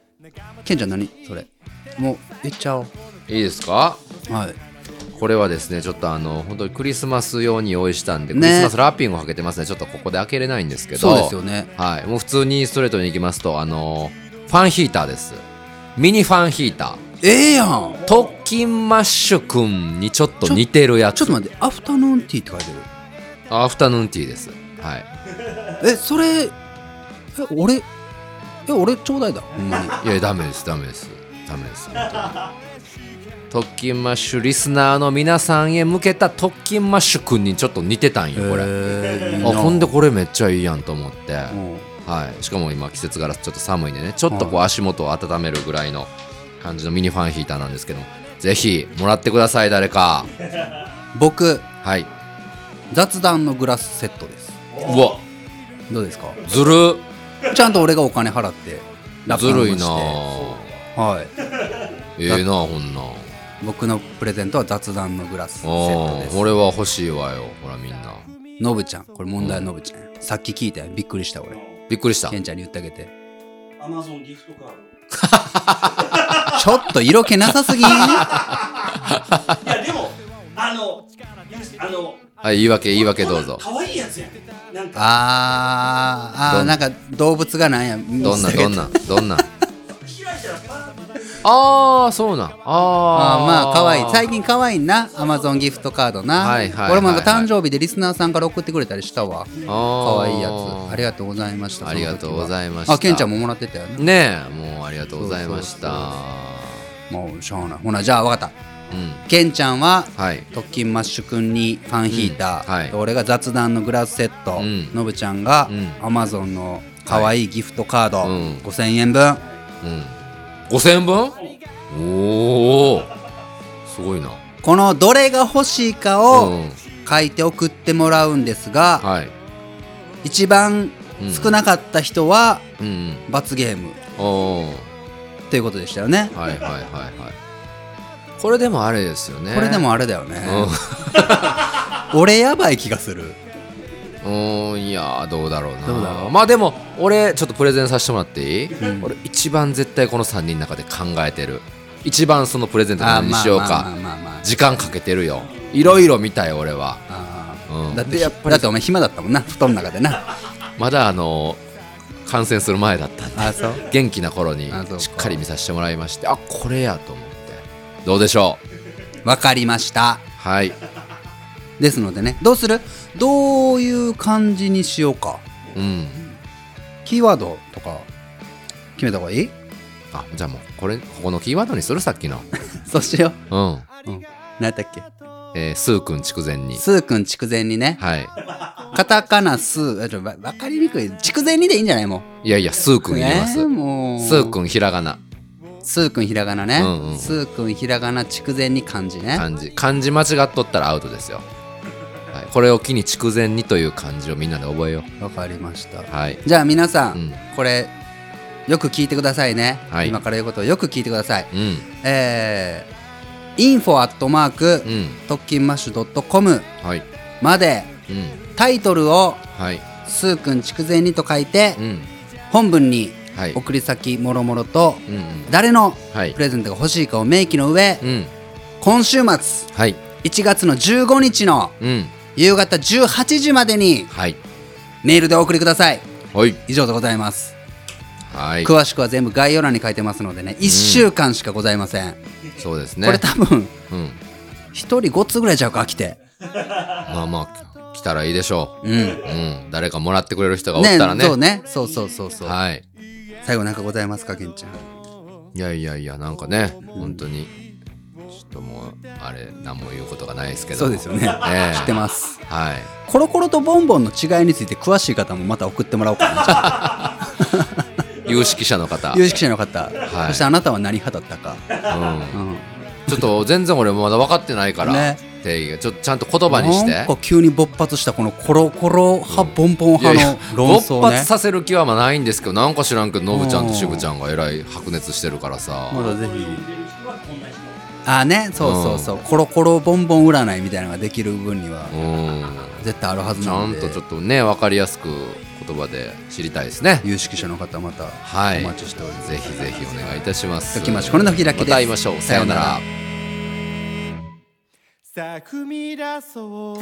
[SPEAKER 1] ケンちゃん何それもう言っちゃおう
[SPEAKER 2] いいですか
[SPEAKER 1] はい
[SPEAKER 2] これはですねちょっとあの本当にクリスマス用に用意したんで、
[SPEAKER 1] ね
[SPEAKER 2] クリスマスラッピングをかけてますねちょっとここで開けれないんですけど
[SPEAKER 1] そうですよね
[SPEAKER 2] はい、もう普通にストレートに行きますとあのファンヒーターですミニファンヒータ
[SPEAKER 1] ええやん
[SPEAKER 2] ー特勤マッシュくんにちょっと似てるやつ
[SPEAKER 1] ちょっと待ってアフタヌーンティーって書いて
[SPEAKER 2] アフタヌーンティーですはい
[SPEAKER 1] るえそれえ俺え俺ちょうだいだほんまに
[SPEAKER 2] いやダメですダメですダメです特勤マッシュリスナーの皆さんへ向けた特勤マッシュくんにちょっと似てたんよこれ、
[SPEAKER 1] えー、
[SPEAKER 2] あほん
[SPEAKER 1] で
[SPEAKER 2] でこれめっちゃいいやんと思って、
[SPEAKER 1] も
[SPEAKER 2] はい、しかも今季節柄ちょっと寒いんでねちょっとこう足元を温めるぐらいの感じのミニファンヒーターなんですけどもぜひもらってください誰か
[SPEAKER 1] 僕
[SPEAKER 2] はい
[SPEAKER 1] 雑談のグラスセットです
[SPEAKER 2] うわ
[SPEAKER 1] どうですか
[SPEAKER 2] ずる
[SPEAKER 1] ちゃんと俺がお金払ってラップ
[SPEAKER 2] ず
[SPEAKER 1] の方
[SPEAKER 2] る
[SPEAKER 1] に
[SPEAKER 2] い
[SPEAKER 1] して
[SPEAKER 2] な
[SPEAKER 1] はい
[SPEAKER 2] ええなほんなん
[SPEAKER 1] 僕のプレゼントは雑談のグラスセット
[SPEAKER 2] あ
[SPEAKER 1] で
[SPEAKER 2] あ
[SPEAKER 1] す
[SPEAKER 2] 俺は欲しいわよほらみんな
[SPEAKER 1] のぶちゃんこれ問題はのぶちゃんや、さっき聞いたよびっくりした俺
[SPEAKER 2] びっくりした
[SPEAKER 1] ケンちゃんに言ってあげて
[SPEAKER 3] アマゾンギフトカード。
[SPEAKER 1] ちょっと色気なさ すぎん
[SPEAKER 3] いや、でも、あの、あの、
[SPEAKER 2] はい言い訳言い訳どうぞ
[SPEAKER 3] 可愛いやつやん。なんか、
[SPEAKER 1] あーあ
[SPEAKER 2] ど
[SPEAKER 1] ー
[SPEAKER 2] ん
[SPEAKER 1] なんか動物がなんや
[SPEAKER 2] どんなどんなどんな
[SPEAKER 3] 開いたらパーンって
[SPEAKER 2] ああそうなんあ
[SPEAKER 1] あ
[SPEAKER 2] あ
[SPEAKER 1] ーまあ可愛い最近可愛いなアマゾンギフトカードな、
[SPEAKER 2] はいはいはいはい
[SPEAKER 1] 俺もなんか誕生日でリスナーさんから送ってくれたりしたわ可
[SPEAKER 2] 可
[SPEAKER 1] 愛いやつありがとうございました
[SPEAKER 2] ありがとうございまし
[SPEAKER 1] す
[SPEAKER 2] た
[SPEAKER 1] あケンちゃんももらってたよね
[SPEAKER 2] ねえもうありがとうございました
[SPEAKER 1] もうしょうがないほなじゃあ分かっ
[SPEAKER 2] うん
[SPEAKER 1] たケンちゃんは
[SPEAKER 2] はい
[SPEAKER 1] 特勤マッシュくんにファンヒーター、
[SPEAKER 2] うんはい
[SPEAKER 1] 俺が雑談のグラスセット、
[SPEAKER 2] うん
[SPEAKER 1] のぶちゃんが
[SPEAKER 2] うん
[SPEAKER 1] アマゾンの可愛いギフトカード、
[SPEAKER 2] うん
[SPEAKER 1] 5000円分
[SPEAKER 2] うん5000分おおすごいな
[SPEAKER 1] このどれが欲しいか
[SPEAKER 2] う
[SPEAKER 1] を
[SPEAKER 2] ん
[SPEAKER 1] 書いて送ってもらうんですが、
[SPEAKER 2] はい
[SPEAKER 1] 一番少なかった人は
[SPEAKER 2] うんうん
[SPEAKER 1] 罰ゲーム
[SPEAKER 2] おー
[SPEAKER 1] ということでしたよね、
[SPEAKER 2] はいはいはいはいこれでもあれですよね
[SPEAKER 1] これでもあれだよね、
[SPEAKER 2] う
[SPEAKER 1] 俺やばい気がする
[SPEAKER 2] んうんいやーどうだろうな
[SPEAKER 1] どうだろう
[SPEAKER 2] まあでも俺ちょっとプレゼンさせてもらっていい、俺一番絶対この3人の中で考えてる一番そのプレゼント何にしよう
[SPEAKER 1] あまあ
[SPEAKER 2] か
[SPEAKER 1] まあまあまあ
[SPEAKER 2] 時間かけてるよいろいろ見たよ俺は
[SPEAKER 1] あー
[SPEAKER 2] うん
[SPEAKER 1] だって
[SPEAKER 2] でやっぱり
[SPEAKER 1] だってお前暇だったもんな布団の中でな
[SPEAKER 2] まだ あの感染する前だったんで
[SPEAKER 1] あそう
[SPEAKER 2] 元気な頃に
[SPEAKER 1] あそうか
[SPEAKER 2] しっかり見させてもらいましてあこれやと思ってどうでしょう
[SPEAKER 1] わかりました
[SPEAKER 2] はい
[SPEAKER 1] ですのでねどうするどういう感じにしようか
[SPEAKER 2] うん
[SPEAKER 1] キーワードとか決めた方がいい
[SPEAKER 2] あじゃあもうこれここのキーワードにするさっきの
[SPEAKER 1] そうしよ
[SPEAKER 2] うん、
[SPEAKER 1] う、うん、何やったっけ
[SPEAKER 2] えー、スー君筑前に
[SPEAKER 1] スーくん筑前にね
[SPEAKER 2] はい
[SPEAKER 1] カタカナスーあちょわわかりにくい筑前にでいいんじゃないも
[SPEAKER 2] いやいやスー
[SPEAKER 1] う
[SPEAKER 2] 君言います、
[SPEAKER 1] えーもう
[SPEAKER 2] スー君ひらがな
[SPEAKER 1] スーくんひらがなね、
[SPEAKER 2] うんうんうん
[SPEAKER 1] スーくんひらがな筑前に漢字ね
[SPEAKER 2] 漢字漢字間違っとったらアウトですよ、はい、これを機に筑前にという漢字をみんなで覚えよ
[SPEAKER 1] わかりました
[SPEAKER 2] うはい
[SPEAKER 1] じゃあ皆さん、
[SPEAKER 2] うん
[SPEAKER 1] これよく聞いてくださいね、
[SPEAKER 2] はい
[SPEAKER 1] 今から言うことをよく聞いてください
[SPEAKER 2] うん
[SPEAKER 1] えー、info アットマーク
[SPEAKER 2] うん
[SPEAKER 1] 特勤マッシュ .com
[SPEAKER 2] はい
[SPEAKER 1] まで
[SPEAKER 2] うん
[SPEAKER 1] タイトルを
[SPEAKER 2] はい
[SPEAKER 1] 「スーくん筑前に」と書いて
[SPEAKER 2] うん
[SPEAKER 1] 本文に
[SPEAKER 2] はい
[SPEAKER 1] 送り先もろもろと
[SPEAKER 2] うんうん
[SPEAKER 1] 誰の
[SPEAKER 2] はい
[SPEAKER 1] プレゼントが欲しいかを明記の上
[SPEAKER 2] うん
[SPEAKER 1] 今週末
[SPEAKER 2] はい
[SPEAKER 1] 1月の15日の
[SPEAKER 2] うん
[SPEAKER 1] 夕方18時までに
[SPEAKER 2] はい
[SPEAKER 1] メールでお送りください
[SPEAKER 2] はい
[SPEAKER 1] 以上でございます
[SPEAKER 2] はい
[SPEAKER 1] 詳しくは全部概要欄に書いてますのでね1週間しかございません
[SPEAKER 2] そうですね
[SPEAKER 1] これ多分
[SPEAKER 2] うん
[SPEAKER 1] 一人5つぐらいちゃうか飽きて
[SPEAKER 2] まあまあ来たらいいでしょ
[SPEAKER 1] うん
[SPEAKER 2] ううん誰かもらってくれる人がおったらね
[SPEAKER 1] そうねそうそうそうそう、
[SPEAKER 2] はい
[SPEAKER 1] 最後なんかございますかけんちゃん
[SPEAKER 2] いやいやいやなんかね本当にちょっともうあれ何も言うことがないですけど
[SPEAKER 1] そうですよね
[SPEAKER 2] ええ
[SPEAKER 1] 知ってます
[SPEAKER 2] はい
[SPEAKER 1] コロコロとボンボンの違いについて詳しい方もまた送ってもらおうかなじゃ
[SPEAKER 2] 有識者の方
[SPEAKER 1] あ有識者の方、
[SPEAKER 2] い
[SPEAKER 1] そしてあなたは何派だったか、
[SPEAKER 2] うん
[SPEAKER 1] うん、
[SPEAKER 2] ちょっと全然俺まだ分かってないから、
[SPEAKER 1] ね
[SPEAKER 2] 定義がちょっとちゃんと言葉にして
[SPEAKER 1] なんか急に勃発したこのコロコロ派、ボンボン派の論
[SPEAKER 2] 勃
[SPEAKER 1] 争ね
[SPEAKER 2] 発させる気はまあないんですけどなんか知らんけどノブちゃんと渋ちゃんがえらい白熱してるからさ、
[SPEAKER 1] まだぜ
[SPEAKER 3] こう
[SPEAKER 1] ひ
[SPEAKER 3] いう出る人はこんな人
[SPEAKER 1] ああねそうそうそう、コロコロボンボン占いみたいなのができる分には
[SPEAKER 2] うん、
[SPEAKER 1] 絶対あるはず
[SPEAKER 2] ち
[SPEAKER 1] な
[SPEAKER 2] ゃ
[SPEAKER 1] の
[SPEAKER 2] ん
[SPEAKER 1] で
[SPEAKER 2] とちょっとね分かりやすく言葉で知りたいですね
[SPEAKER 1] 有識者の方また
[SPEAKER 2] はい
[SPEAKER 1] お待ちしております、
[SPEAKER 2] ぜひぜひお願いいたします
[SPEAKER 1] ときましこれの開きです
[SPEAKER 2] また会いましょうさような
[SPEAKER 1] さようなら
[SPEAKER 2] ら
[SPEAKER 5] さあ踏み出そう